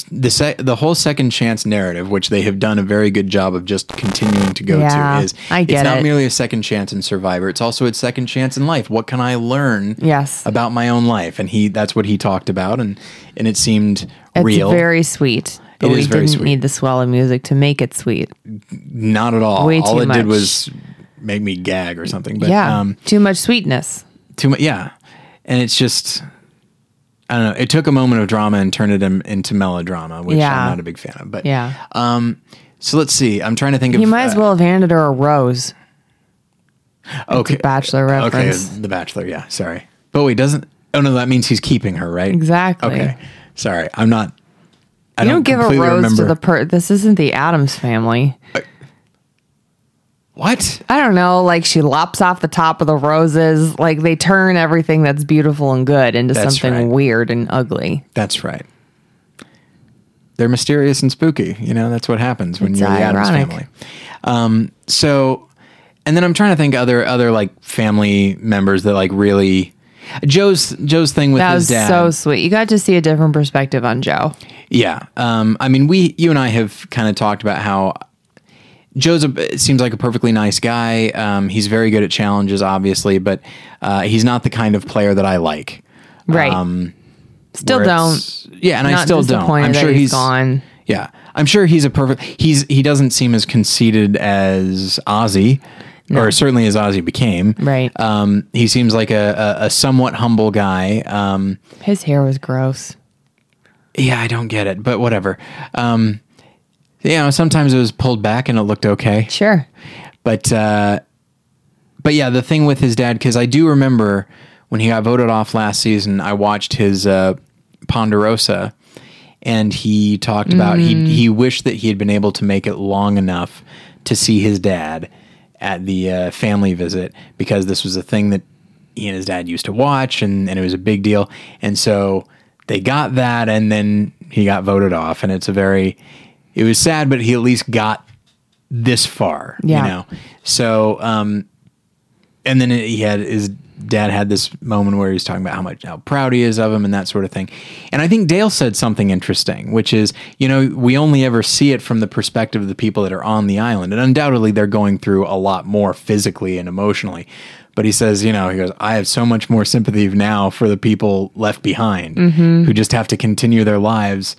[SPEAKER 1] the, sec, the whole second chance narrative which they have done a very good job of just continuing to go
[SPEAKER 2] Yeah,
[SPEAKER 1] to is
[SPEAKER 2] I
[SPEAKER 1] it's
[SPEAKER 2] get
[SPEAKER 1] not
[SPEAKER 2] it.
[SPEAKER 1] merely a second chance in survivor it's also its second chance in life what can i learn
[SPEAKER 2] Yes.
[SPEAKER 1] about my own life and he that's what he talked about and and it seemed
[SPEAKER 2] It's
[SPEAKER 1] real
[SPEAKER 2] very sweet. But
[SPEAKER 1] It
[SPEAKER 2] we
[SPEAKER 1] is very
[SPEAKER 2] didn't
[SPEAKER 1] sweet.
[SPEAKER 2] need the swell of music to make it sweet.
[SPEAKER 1] Not at all.
[SPEAKER 2] Way
[SPEAKER 1] all
[SPEAKER 2] too
[SPEAKER 1] it did
[SPEAKER 2] much.
[SPEAKER 1] was make me gag or something. But
[SPEAKER 2] yeah.
[SPEAKER 1] um
[SPEAKER 2] too much sweetness.
[SPEAKER 1] too much yeah. And it's just I don't know. It took a moment of drama and turned it in, into melodrama, which
[SPEAKER 2] Yeah.
[SPEAKER 1] I'm not a big fan of. But
[SPEAKER 2] Yeah.
[SPEAKER 1] so let's see. I'm trying to think
[SPEAKER 2] he
[SPEAKER 1] of
[SPEAKER 2] might as
[SPEAKER 1] uh,
[SPEAKER 2] well have handed her a rose.
[SPEAKER 1] okay,
[SPEAKER 2] Bachelor reference.
[SPEAKER 1] Okay, The Bachelor, yeah, sorry. But wait, doesn't oh no, that means he's keeping her, right?
[SPEAKER 2] Exactly.
[SPEAKER 1] Okay. Sorry. I'm not I
[SPEAKER 2] You don't, give a
[SPEAKER 1] completely
[SPEAKER 2] rose
[SPEAKER 1] remember.
[SPEAKER 2] to the per. This isn't the Adams family.
[SPEAKER 1] What?
[SPEAKER 2] I don't know, like she lops off the top of the roses. Like they turn everything that's beautiful and good into
[SPEAKER 1] That's
[SPEAKER 2] something
[SPEAKER 1] right.
[SPEAKER 2] weird and ugly.
[SPEAKER 1] That's right. They're mysterious and spooky. You know, that's what happens when
[SPEAKER 2] It's
[SPEAKER 1] you're the Adams
[SPEAKER 2] ironic.
[SPEAKER 1] family. Um, so, and then I'm trying to think other other like family members that like really Joe's Joe's thing with
[SPEAKER 2] That
[SPEAKER 1] his
[SPEAKER 2] was
[SPEAKER 1] dad.
[SPEAKER 2] so sweet. You got to see a different perspective on Joe.
[SPEAKER 1] yeah. Um, I mean, we you and I have kind of talked about how Joe's a, seems like a perfectly nice guy. Um, he's very good at challenges, obviously, but uh, he's not the kind of player that I like. Um,
[SPEAKER 2] Right. Still
[SPEAKER 1] where
[SPEAKER 2] don't.
[SPEAKER 1] it's- Yeah, and I
[SPEAKER 2] Not
[SPEAKER 1] still don't.
[SPEAKER 2] disappointed
[SPEAKER 1] I'm
[SPEAKER 2] that
[SPEAKER 1] sure
[SPEAKER 2] he's
[SPEAKER 1] he's
[SPEAKER 2] gone.
[SPEAKER 1] Yeah, I'm sure he's a perfect. He's he doesn't seem as conceited as Ozzy, or certainly as Ozzy became.
[SPEAKER 2] Right.
[SPEAKER 1] Um, he seems like a, a, a somewhat humble guy. Um,
[SPEAKER 2] His hair was gross.
[SPEAKER 1] yeah, I don't get it, but whatever. Um, you know, sometimes it was pulled back and it looked okay.
[SPEAKER 2] Sure.
[SPEAKER 1] But uh, but yeah, the thing with his dad, because I do remember when he got voted off last season, I watched his uh, Ponderosa, and he talked about he he wished that he had been able to make it long enough to see his dad at the uh, family visit because this was a thing that he and his dad used to watch, and and it was a big deal, and so they got that, and then he got voted off, and it's a very it was sad, but he at least got this far,
[SPEAKER 2] Yeah.
[SPEAKER 1] you know. So, um, and then he had his dad had this moment where he's talking about how much how proud he is of him and that sort of thing. And I think Dale said something interesting, which is, you know, we only ever see it from the perspective of the people that are on the island, and undoubtedly they're going through a lot more physically and emotionally. But he says, you know, he goes, I have so much more sympathy now for the people left behind who just have to continue their lives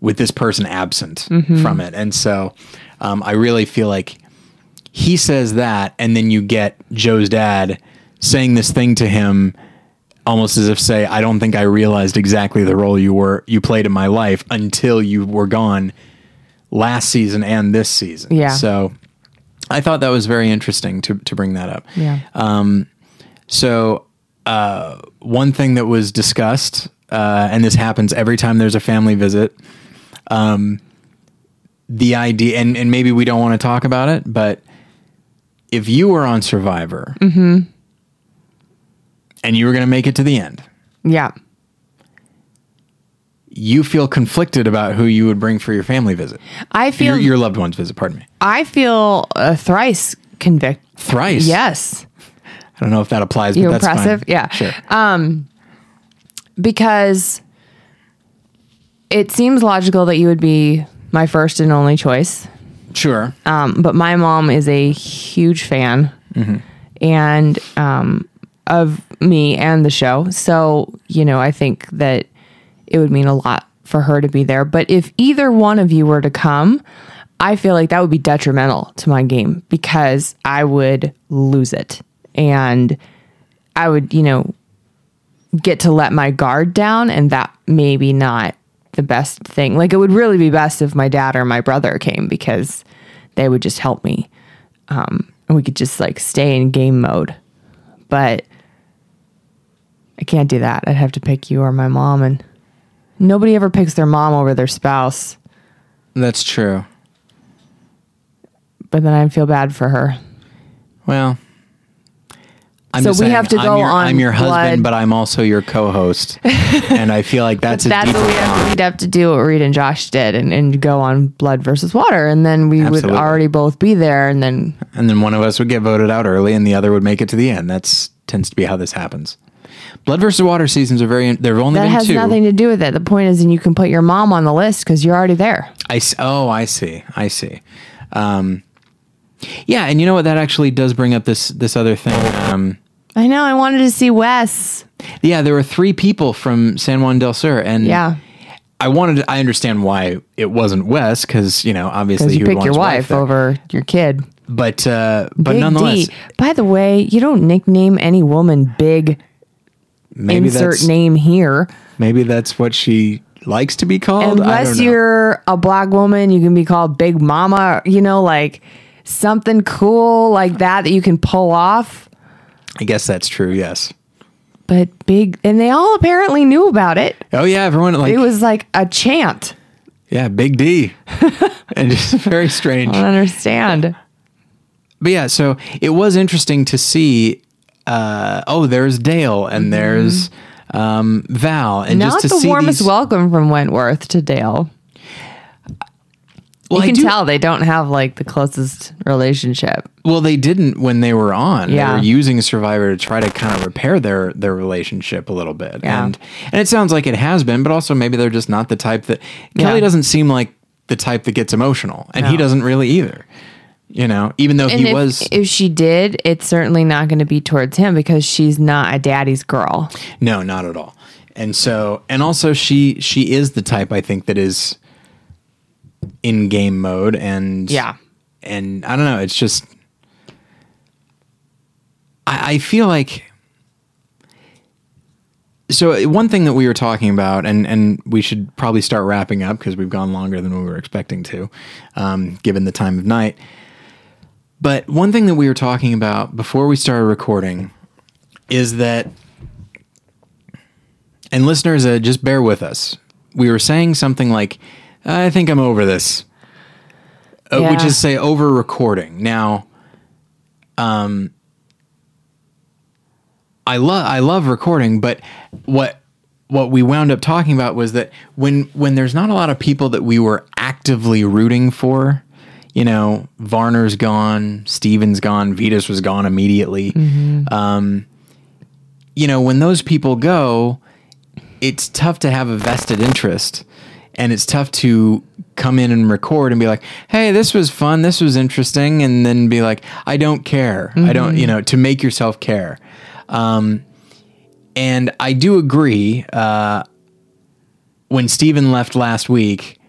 [SPEAKER 1] with this person absent from it. And so um, I really feel like he says that, and then you get Joe's dad saying this thing to him almost as if say, I don't think I realized exactly the role you were you played in my life until you were gone last season and this season.
[SPEAKER 2] Yeah.
[SPEAKER 1] So I thought that was very interesting to to bring that up. Um,
[SPEAKER 2] Yeah.
[SPEAKER 1] So, uh, one thing that was discussed, uh, and this happens every time there's a family visit, um, the idea, and, and maybe we don't want to talk about it, but if you were on Survivor
[SPEAKER 2] Mm-hmm.
[SPEAKER 1] and you were going to make it to the end,
[SPEAKER 2] Yeah.
[SPEAKER 1] you feel conflicted about who you would bring for your family visit,
[SPEAKER 2] I feel
[SPEAKER 1] your, your loved one's visit. Pardon me,
[SPEAKER 2] I feel uh, thrice convict.
[SPEAKER 1] thrice.
[SPEAKER 2] Yes.
[SPEAKER 1] I don't know if that applies. But
[SPEAKER 2] You're
[SPEAKER 1] that's fine.
[SPEAKER 2] impressive? Yeah. Uh,
[SPEAKER 1] sure.
[SPEAKER 2] because it seems logical that you would be my first and only choice.
[SPEAKER 1] sure.
[SPEAKER 2] Um, but my mom is a huge fan and um, of me and the show. So, you know, I think that it would mean a lot for her to be there. But if either one of you were to come, I feel like that would be detrimental to my game because I would lose it. And I would, you know, get to let my guard down and that maybe not the best thing. Like it would really be best if my dad or my brother came because they would just help me. Um and we could just like stay in game mode. But I can't do that. I'd have to pick you or my mom and nobody ever picks their mom over their spouse,
[SPEAKER 1] that's true.
[SPEAKER 2] but then I feel bad for her.
[SPEAKER 1] Well, I'm
[SPEAKER 2] So
[SPEAKER 1] just
[SPEAKER 2] we
[SPEAKER 1] saying,
[SPEAKER 2] have to
[SPEAKER 1] I'm
[SPEAKER 2] go
[SPEAKER 1] your,
[SPEAKER 2] on
[SPEAKER 1] I'm your husband,
[SPEAKER 2] blood.
[SPEAKER 1] but I'm also your
[SPEAKER 2] [LAUGHS]
[SPEAKER 1] co-host, and I feel like that's a
[SPEAKER 2] That's
[SPEAKER 1] deeper
[SPEAKER 2] what we have, we'd have to do what Reed and Josh did and, and go on blood versus water. And then we
[SPEAKER 1] Absolutely.
[SPEAKER 2] would already both be there. And then
[SPEAKER 1] and then one of us would get voted out early and the other would make it to the end that's tends to be how this happens blood versus water seasons are very there have only
[SPEAKER 2] That
[SPEAKER 1] been
[SPEAKER 2] has
[SPEAKER 1] two
[SPEAKER 2] nothing to do with it. The point is, and you can put your mom on the list because you're already there.
[SPEAKER 1] I s- oh i see i see um yeah and you know what that actually does bring up this this other thing um
[SPEAKER 2] I know. I wanted to see Wes.
[SPEAKER 1] yeah there were three people from san juan del sur and
[SPEAKER 2] Yeah,
[SPEAKER 1] i wanted i understand why it wasn't wes because you know obviously
[SPEAKER 2] because
[SPEAKER 1] he
[SPEAKER 2] you
[SPEAKER 1] would
[SPEAKER 2] pick
[SPEAKER 1] want
[SPEAKER 2] your
[SPEAKER 1] his
[SPEAKER 2] wife
[SPEAKER 1] there.
[SPEAKER 2] over your kid.
[SPEAKER 1] but uh but
[SPEAKER 2] Big
[SPEAKER 1] nonetheless
[SPEAKER 2] D. By the way, you don't nickname any woman Big.
[SPEAKER 1] maybe
[SPEAKER 2] insert
[SPEAKER 1] that's
[SPEAKER 2] name here.
[SPEAKER 1] maybe that's what she likes to be called I don't
[SPEAKER 2] Unless
[SPEAKER 1] know.
[SPEAKER 2] you're a black woman, you can be called Big Mama. You know, like something cool like that that you can pull off.
[SPEAKER 1] i guess that's true yes
[SPEAKER 2] But Big, and they all apparently knew about it.
[SPEAKER 1] Oh yeah, everyone like
[SPEAKER 2] It was like a chant.
[SPEAKER 1] yeah, Big D, [LAUGHS] and just very strange.
[SPEAKER 2] I don't understand.
[SPEAKER 1] But yeah, so it was interesting to see. Uh, oh, there's Dale and there's um, Val, and
[SPEAKER 2] Mm-hmm. Not
[SPEAKER 1] just to
[SPEAKER 2] the
[SPEAKER 1] see
[SPEAKER 2] warmest
[SPEAKER 1] these,
[SPEAKER 2] welcome from Wentworth to Dale.
[SPEAKER 1] well,
[SPEAKER 2] you
[SPEAKER 1] I
[SPEAKER 2] can
[SPEAKER 1] do-
[SPEAKER 2] tell they don't have like the closest relationship.
[SPEAKER 1] Well, they didn't when they were on.
[SPEAKER 2] Yeah.
[SPEAKER 1] They were using Survivor to try to kind of repair their their relationship a little bit.
[SPEAKER 2] Yeah.
[SPEAKER 1] And and it sounds like it has been, but also maybe they're just not the type that Kelly
[SPEAKER 2] Yeah.
[SPEAKER 1] doesn't seem like the type that gets emotional, and he
[SPEAKER 2] No.
[SPEAKER 1] doesn't really either. You know, even though
[SPEAKER 2] And
[SPEAKER 1] he
[SPEAKER 2] if,
[SPEAKER 1] was
[SPEAKER 2] if she did, it's certainly not going to be towards him because she's not a daddy's girl.
[SPEAKER 1] No, not at all. And so, and also, she she is the type I think that is in game mode, and
[SPEAKER 2] Yeah.
[SPEAKER 1] and I don't know. It's just I, I feel like so one thing that we were talking about, and and we should probably start wrapping up because we've gone longer than we were expecting to, um, given the time of night. But one thing that we were talking about before we started recording is that, and listeners, uh, just bear with us. We were saying something like, "I think I'm over this," uh, which
[SPEAKER 2] Yeah.
[SPEAKER 1] is say over recording. Now, um, I love I love recording, but what what we wound up talking about was that when when there's not a lot of people that we were actively rooting for, you know, Varner's gone, Steven's gone, Vetus was gone immediately. Um, you know, when those people go, it's tough to have a vested interest and it's tough to come in and record and be like hey this was fun this was interesting and then be like i don't care i don't you know to make yourself care and I do agree. Uh, when Steven left last week,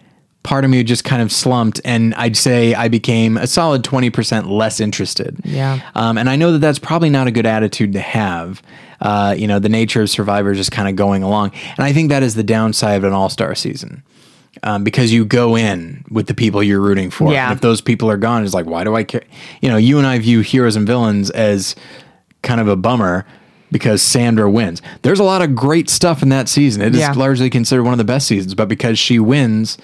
[SPEAKER 1] part of me just kind of slumped, and I'd say I became a solid 20% less interested.
[SPEAKER 2] Yeah.
[SPEAKER 1] Um, and I know that that's probably not a good attitude to have. Uh, you know, the nature of Survivor is just kind of going along. And I think that is the downside of an all star season. Um, because you go in with the people you're rooting for.
[SPEAKER 2] Yeah.
[SPEAKER 1] And if those people are gone, it's like, why do I care? You know, you and I view heroes and villains as kind of a bummer because Sandra wins. There's a lot of great stuff in that season. It is
[SPEAKER 2] Yeah.
[SPEAKER 1] largely considered one of the best seasons, but because she wins,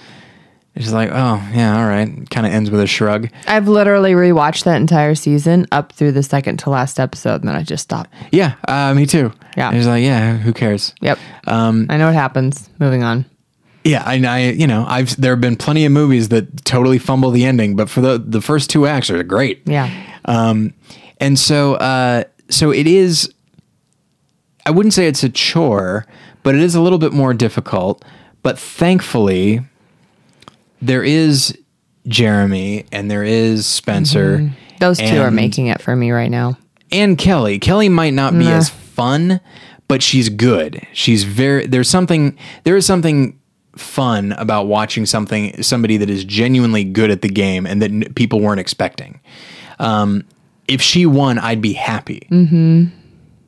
[SPEAKER 1] It's like, oh yeah, all right. Kind of ends with a shrug.
[SPEAKER 2] I've literally rewatched that entire season up through the second to last episode, and then I just stopped.
[SPEAKER 1] Yeah, uh, me too.
[SPEAKER 2] Yeah.
[SPEAKER 1] It's like, yeah, who cares?
[SPEAKER 2] Yep. Um, I know what happens. Moving on.
[SPEAKER 1] Yeah, I, I you know, I've there have been plenty of movies that totally fumble the ending, but for the the first two acts are great.
[SPEAKER 2] Yeah.
[SPEAKER 1] Um, and so uh, so it is. I wouldn't say it's a chore, but it is a little bit more difficult. But thankfully, there is Jeremy and there is Spencer.
[SPEAKER 2] Those two are
[SPEAKER 1] and-
[SPEAKER 2] making it for me right now.
[SPEAKER 1] and Kelly. Kelly might not be as fun, but she's good. She's very there's something there is something fun about watching something somebody that is genuinely good at the game and that n- people weren't expecting. Um, if she won, I'd be happy. Mm-hmm.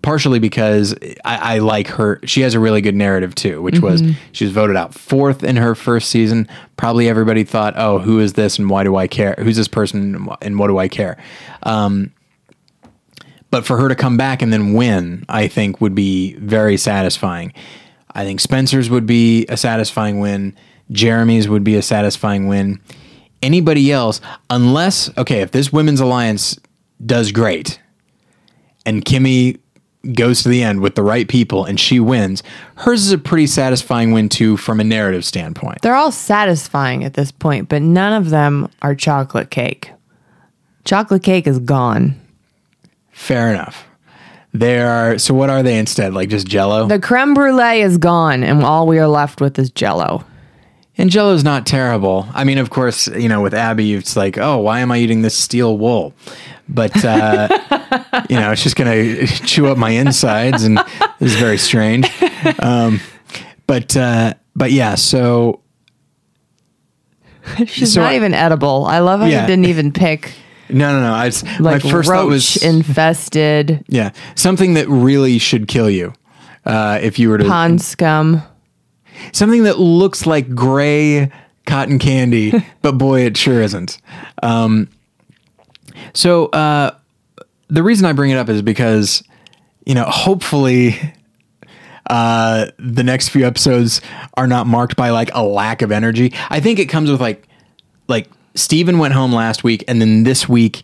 [SPEAKER 1] Partially because I, I like her. She has a really good narrative too, which was she was voted out fourth in her first season. Probably everybody thought, "Oh, who is this and why do I care? Who's this person and wh- and what do I care?" but for her to come back and then win, I think would be very satisfying. I think Spencer's would be a satisfying win. Jeremy's would be a satisfying win. Anybody else, unless okay, if this women's alliance does great, and Kimmy goes to the end with the right people and she wins, hers is a pretty satisfying win too from a narrative standpoint.
[SPEAKER 2] They're all satisfying at this point, but none of them are chocolate cake. Chocolate cake is gone.
[SPEAKER 1] Fair enough. They are so. What are they instead? Like just Jello.
[SPEAKER 2] The creme brulee is gone, and all we are left with is [LAUGHS] jello.
[SPEAKER 1] And Jello's not terrible. I mean, of course, you know, with Abby, it's like, oh, why am I eating this steel wool? But
[SPEAKER 2] [LAUGHS]
[SPEAKER 1] uh, you know, it's just gonna chew up my insides, and this is very strange. Um, but uh, but yeah, so
[SPEAKER 2] She's
[SPEAKER 1] So
[SPEAKER 2] not
[SPEAKER 1] I-
[SPEAKER 2] even edible. I love how
[SPEAKER 1] Yeah.
[SPEAKER 2] you didn't even [LAUGHS] pick
[SPEAKER 1] no, no, no. I, it's-
[SPEAKER 2] like
[SPEAKER 1] my first
[SPEAKER 2] roach
[SPEAKER 1] thought was
[SPEAKER 2] infested
[SPEAKER 1] yeah, something that really should kill you. Uh, if you were to
[SPEAKER 2] pond scum.
[SPEAKER 1] something that looks like gray cotton
[SPEAKER 2] [LAUGHS]
[SPEAKER 1] candy, but boy, it sure isn't. Um, so uh, the reason I bring it up is because, you know, hopefully uh, the next few episodes are not marked by like a lack of energy. I think it comes with like, like Steven went home last week, and then this week,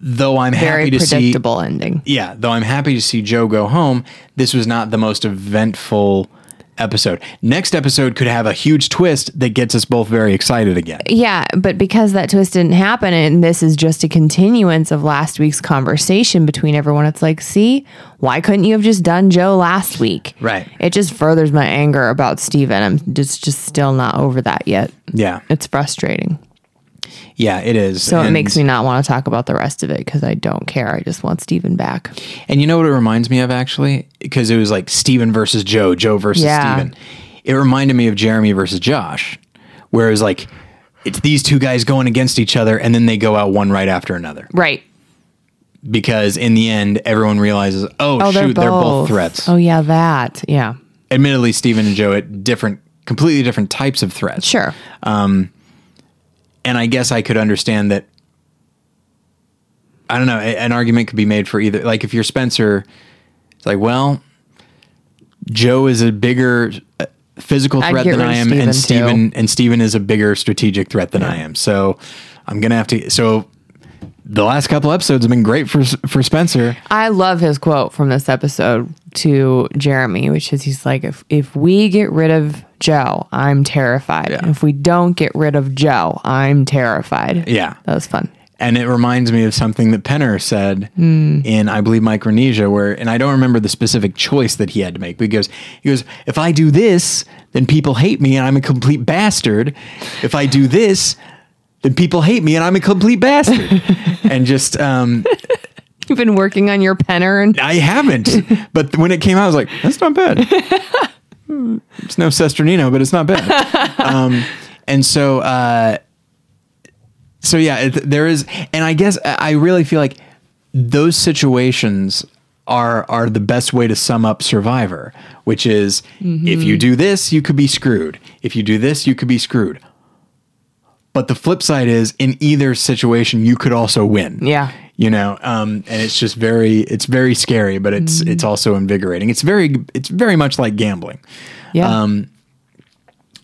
[SPEAKER 1] though I'm
[SPEAKER 2] Very
[SPEAKER 1] happy to see
[SPEAKER 2] predictable ending.
[SPEAKER 1] yeah, though I'm happy to see Joe go home, this was not the most eventful episode. Next episode could have a huge twist that gets us both very excited again.
[SPEAKER 2] Yeah, but because that twist didn't happen, and this is just a continuance of last week's conversation between everyone, it's like, see, why couldn't you have just done Joe last week?
[SPEAKER 1] Right.
[SPEAKER 2] It just furthers my anger about Steven. I'm just, just still not over that yet.
[SPEAKER 1] Yeah.
[SPEAKER 2] It's frustrating.
[SPEAKER 1] Yeah, it is.
[SPEAKER 2] So it makes me not want to talk about the rest of it because I don't care. I just want Steven back.
[SPEAKER 1] And you know what it reminds me of actually? Because it was like Steven versus Joe, Joe versus
[SPEAKER 2] Yeah.
[SPEAKER 1] Steven. It reminded me of Jeremy versus Josh, where it was like it's these two guys going against each other and then they go out one right after another.
[SPEAKER 2] Right.
[SPEAKER 1] Because in the end everyone realizes, oh,
[SPEAKER 2] Oh,
[SPEAKER 1] shoot,
[SPEAKER 2] they're both,
[SPEAKER 1] they're both threats.
[SPEAKER 2] Oh, yeah, that. Yeah.
[SPEAKER 1] admittedly Steven and Joe at different completely different types of threats.
[SPEAKER 2] Sure.
[SPEAKER 1] And I guess I could understand that I don't know, a- an argument could be made for either like if you're Spencer, it's like, well, Joe is a bigger uh, physical
[SPEAKER 2] I'd
[SPEAKER 1] threat
[SPEAKER 2] get
[SPEAKER 1] than
[SPEAKER 2] rid
[SPEAKER 1] I
[SPEAKER 2] of
[SPEAKER 1] am and
[SPEAKER 2] Steven,
[SPEAKER 1] Steven and Steven is a bigger strategic threat than I am. So I'm going to have to so the last couple episodes have been great for for Spencer.
[SPEAKER 2] I love his quote from this episode to Jeremy, which is he's like, if, if we get rid of Joe, I'm terrified.
[SPEAKER 1] Yeah.
[SPEAKER 2] If we don't get rid of Joe, I'm terrified.
[SPEAKER 1] Yeah.
[SPEAKER 2] That was fun.
[SPEAKER 1] And it reminds me of something that Penner said in, I believe, Micronesia, where, and I don't remember the specific choice that he had to make, but he goes, he goes, if I do this, then people hate me and I'm a complete bastard. If I do this, then people hate me and I'm a complete bastard. and just, um,
[SPEAKER 2] You've been working on your penner and
[SPEAKER 1] I haven't. But when it came out, I was like, that's not bad. it's no Sesternino, but it's not bad. um, and so, uh, so yeah, it, there is, and I guess I I really feel like those situations are are the best way to sum up Survivor, which is if you do this, you could be screwed. If you do this, you could be screwed. But the flip side is, in either situation, you could also win.
[SPEAKER 2] Yeah.
[SPEAKER 1] you know, um, and it's just very, it's very scary, but it's Um, it's also invigorating. It's very, it's very much like gambling.
[SPEAKER 2] yeah.
[SPEAKER 1] Um,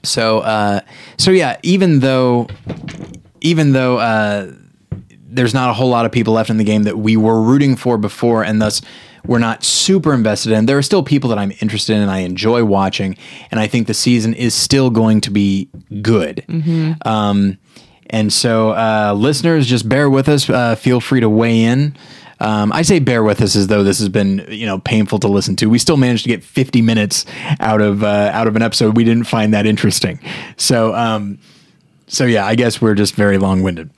[SPEAKER 1] So uh, so yeah, even though even though uh, there's not a whole lot of people left in the game that we were rooting for before, and thus we're not super invested in. There are still people that I'm interested in and I enjoy watching, and I think the season is still going to be good. Um, and so, uh, listeners, just bear with us. Uh, feel free to weigh in. Um, I say bear with us as though this has been you know painful to listen to. We still managed to get 50 minutes out of uh, out of an episode we didn't find that interesting. So um, so yeah, I guess we're just very long winded.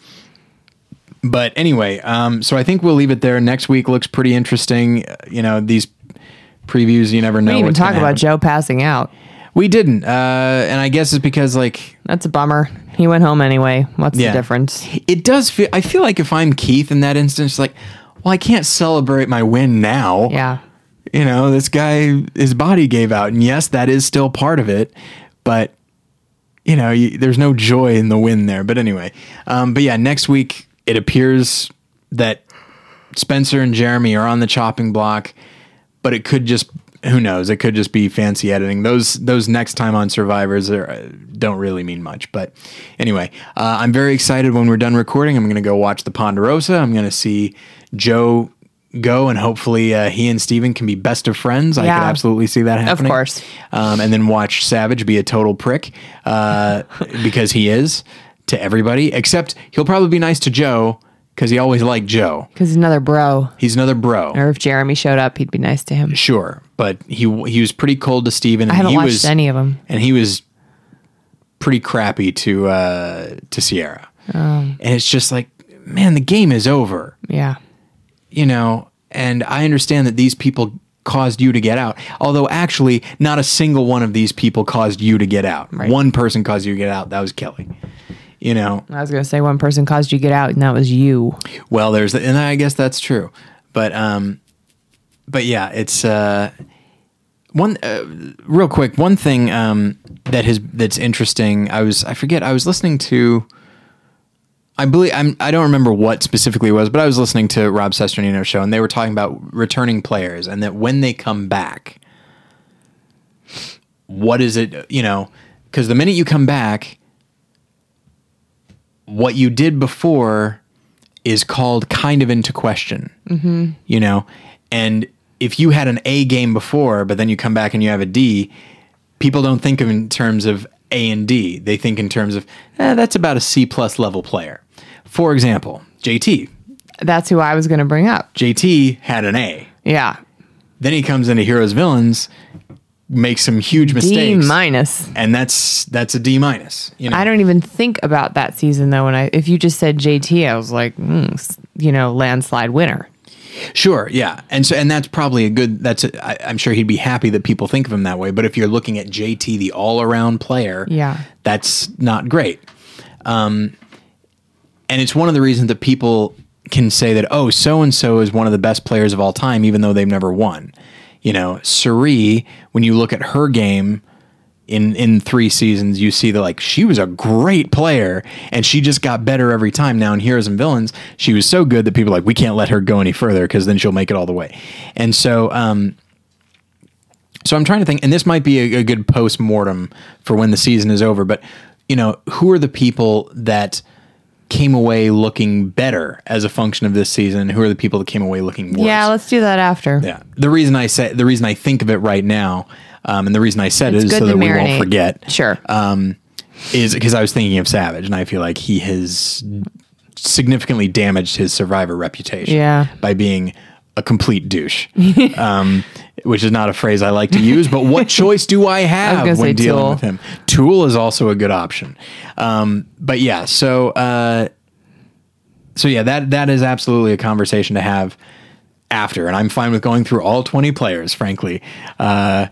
[SPEAKER 1] But anyway, um, so I think we'll leave it there. Next week looks pretty interesting. Uh, You know these previews, you never know.
[SPEAKER 2] We didn't even
[SPEAKER 1] what's
[SPEAKER 2] talk
[SPEAKER 1] gonna
[SPEAKER 2] about
[SPEAKER 1] happen.
[SPEAKER 2] Joe passing out.
[SPEAKER 1] We didn't, uh, and I guess it's because like
[SPEAKER 2] That's a bummer. He went home anyway. What's
[SPEAKER 1] Yeah.
[SPEAKER 2] the difference?
[SPEAKER 1] it does feel. I feel like if I'm Keith in that instance, like, well, I can't celebrate my win now.
[SPEAKER 2] Yeah.
[SPEAKER 1] you know, this guy, his body gave out. And yes, that is still part of it, but, you know, you, there's no joy in the win there. But anyway, um, but yeah, next week it appears that Spencer and Jeremy are on the chopping block, but it could just, who knows? It could just be fancy editing. Those those next time on Survivors are, uh, don't really mean much. But anyway, uh, I'm very excited when we're done recording. I'm going to go watch the Ponderosa. I'm going to see Joe go, and hopefully uh, he and Steven can be best of friends. I
[SPEAKER 2] Yeah.
[SPEAKER 1] could absolutely see that happening.
[SPEAKER 2] course.
[SPEAKER 1] Um, and then watch Savage be a total prick uh, [LAUGHS] because he is to everybody, except he'll probably be nice to Joe because he always liked Joe.
[SPEAKER 2] Because another bro.
[SPEAKER 1] He's another bro.
[SPEAKER 2] Or if Jeremy showed up, he'd be nice to him.
[SPEAKER 1] Sure, but he he was pretty cold to Steven. And
[SPEAKER 2] I haven't
[SPEAKER 1] he
[SPEAKER 2] watched
[SPEAKER 1] was,
[SPEAKER 2] any of them.
[SPEAKER 1] and he was pretty crappy to uh, to Sierra.
[SPEAKER 2] Um.
[SPEAKER 1] and it's just like, man, the game is over,
[SPEAKER 2] Yeah.
[SPEAKER 1] you know. And I understand that these people caused you to get out. Although actually, not a single one of these people caused you to get out. One person caused you to get out. That was Kelly. You know.
[SPEAKER 2] I was going to say one person caused you to get out, and that was you.
[SPEAKER 1] Well, there's the, and I guess that's true, but um, but yeah, it's uh, one uh, real quick. One thing um that has that's interesting. I was I forget I was listening to. I believe I'm. I don't remember what specifically it was, but I was listening to Rob Sesternino's show, and they were talking about returning players and that when they come back, what is it? You know, because the minute you come back, what you did before is called kind of into question. Mm-hmm. You know, and if you had an A game before, but then you come back and you have a D, people don't think of in terms of A and D. They think in terms of eh, that's about a C plus level player. For example, JT.
[SPEAKER 2] That's who I was going to bring up.
[SPEAKER 1] JT had an A.
[SPEAKER 2] Yeah.
[SPEAKER 1] Then he comes into Heroes Villains, makes some huge
[SPEAKER 2] D
[SPEAKER 1] mistakes,
[SPEAKER 2] minus.
[SPEAKER 1] and that's that's a D minus. You know,
[SPEAKER 2] I don't even think about that season though. When I, if you just said JT, I was like, mm, s- you know, landslide winner.
[SPEAKER 1] Sure, yeah, and so and that's probably a good. That's a, I, I'm sure he'd be happy that people think of him that way. But if you're looking at JT, the all-around player,
[SPEAKER 2] Yeah.
[SPEAKER 1] that's not great. Um, and it's one of the reasons that people can say that oh, so and so is one of the best players of all time, even though they've never won. You know, Suri, when you look at her game in in three seasons, you see that like she was a great player and she just got better every time. Now in Heroes and Villains, she was so good that people are like we can't let her go any further because then she'll make it all the way. And so, um, so I'm trying to think, and this might be a, a good post mortem for when the season is over. But you know, who are the people that came away looking better as a function of this season? and Who are the people that came away looking worse?
[SPEAKER 2] Yeah, let's do that after.
[SPEAKER 1] Yeah. The reason I say the reason I think of it right now, um, and the reason I said it
[SPEAKER 2] It's
[SPEAKER 1] is
[SPEAKER 2] good
[SPEAKER 1] so
[SPEAKER 2] to
[SPEAKER 1] that we
[SPEAKER 2] marinate.
[SPEAKER 1] won't forget.
[SPEAKER 2] Sure.
[SPEAKER 1] Um, is because I was thinking of Savage, and I feel like he has significantly damaged his survivor reputation.
[SPEAKER 2] Yeah.
[SPEAKER 1] By being a complete
[SPEAKER 2] [LAUGHS]
[SPEAKER 1] douche, um, which is not a phrase I like to use. But
[SPEAKER 2] [LAUGHS]
[SPEAKER 1] what choice do I have
[SPEAKER 2] gonna say
[SPEAKER 1] when dealing
[SPEAKER 2] Tool.
[SPEAKER 1] with him? Tool is also a good option. Um, but yeah, so. Uh, so yeah, that that is absolutely a conversation to have after, and I'm fine with going through all 20 players. Frankly, uh,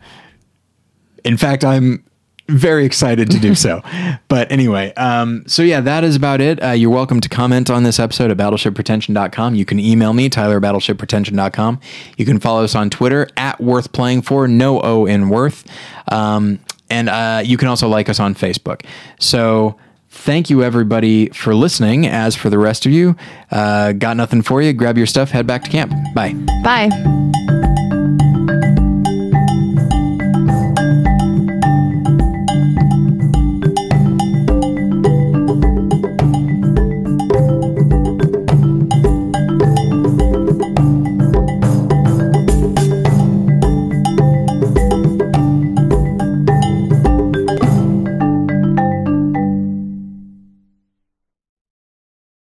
[SPEAKER 1] in fact, I'm very excited to do so. but anyway, um, so yeah, that is about it. Uh, you're welcome to comment on this episode at battleshipretention.com. You can email me, Tyler at battleshipretention.com. You can follow us on Twitter at worth playing for no O in worth. Um, and uh, you can also like us on Facebook. So thank you everybody for listening. As for the rest of you, uh, got nothing for you. Grab your stuff, head back to camp. Bye.
[SPEAKER 2] Bye.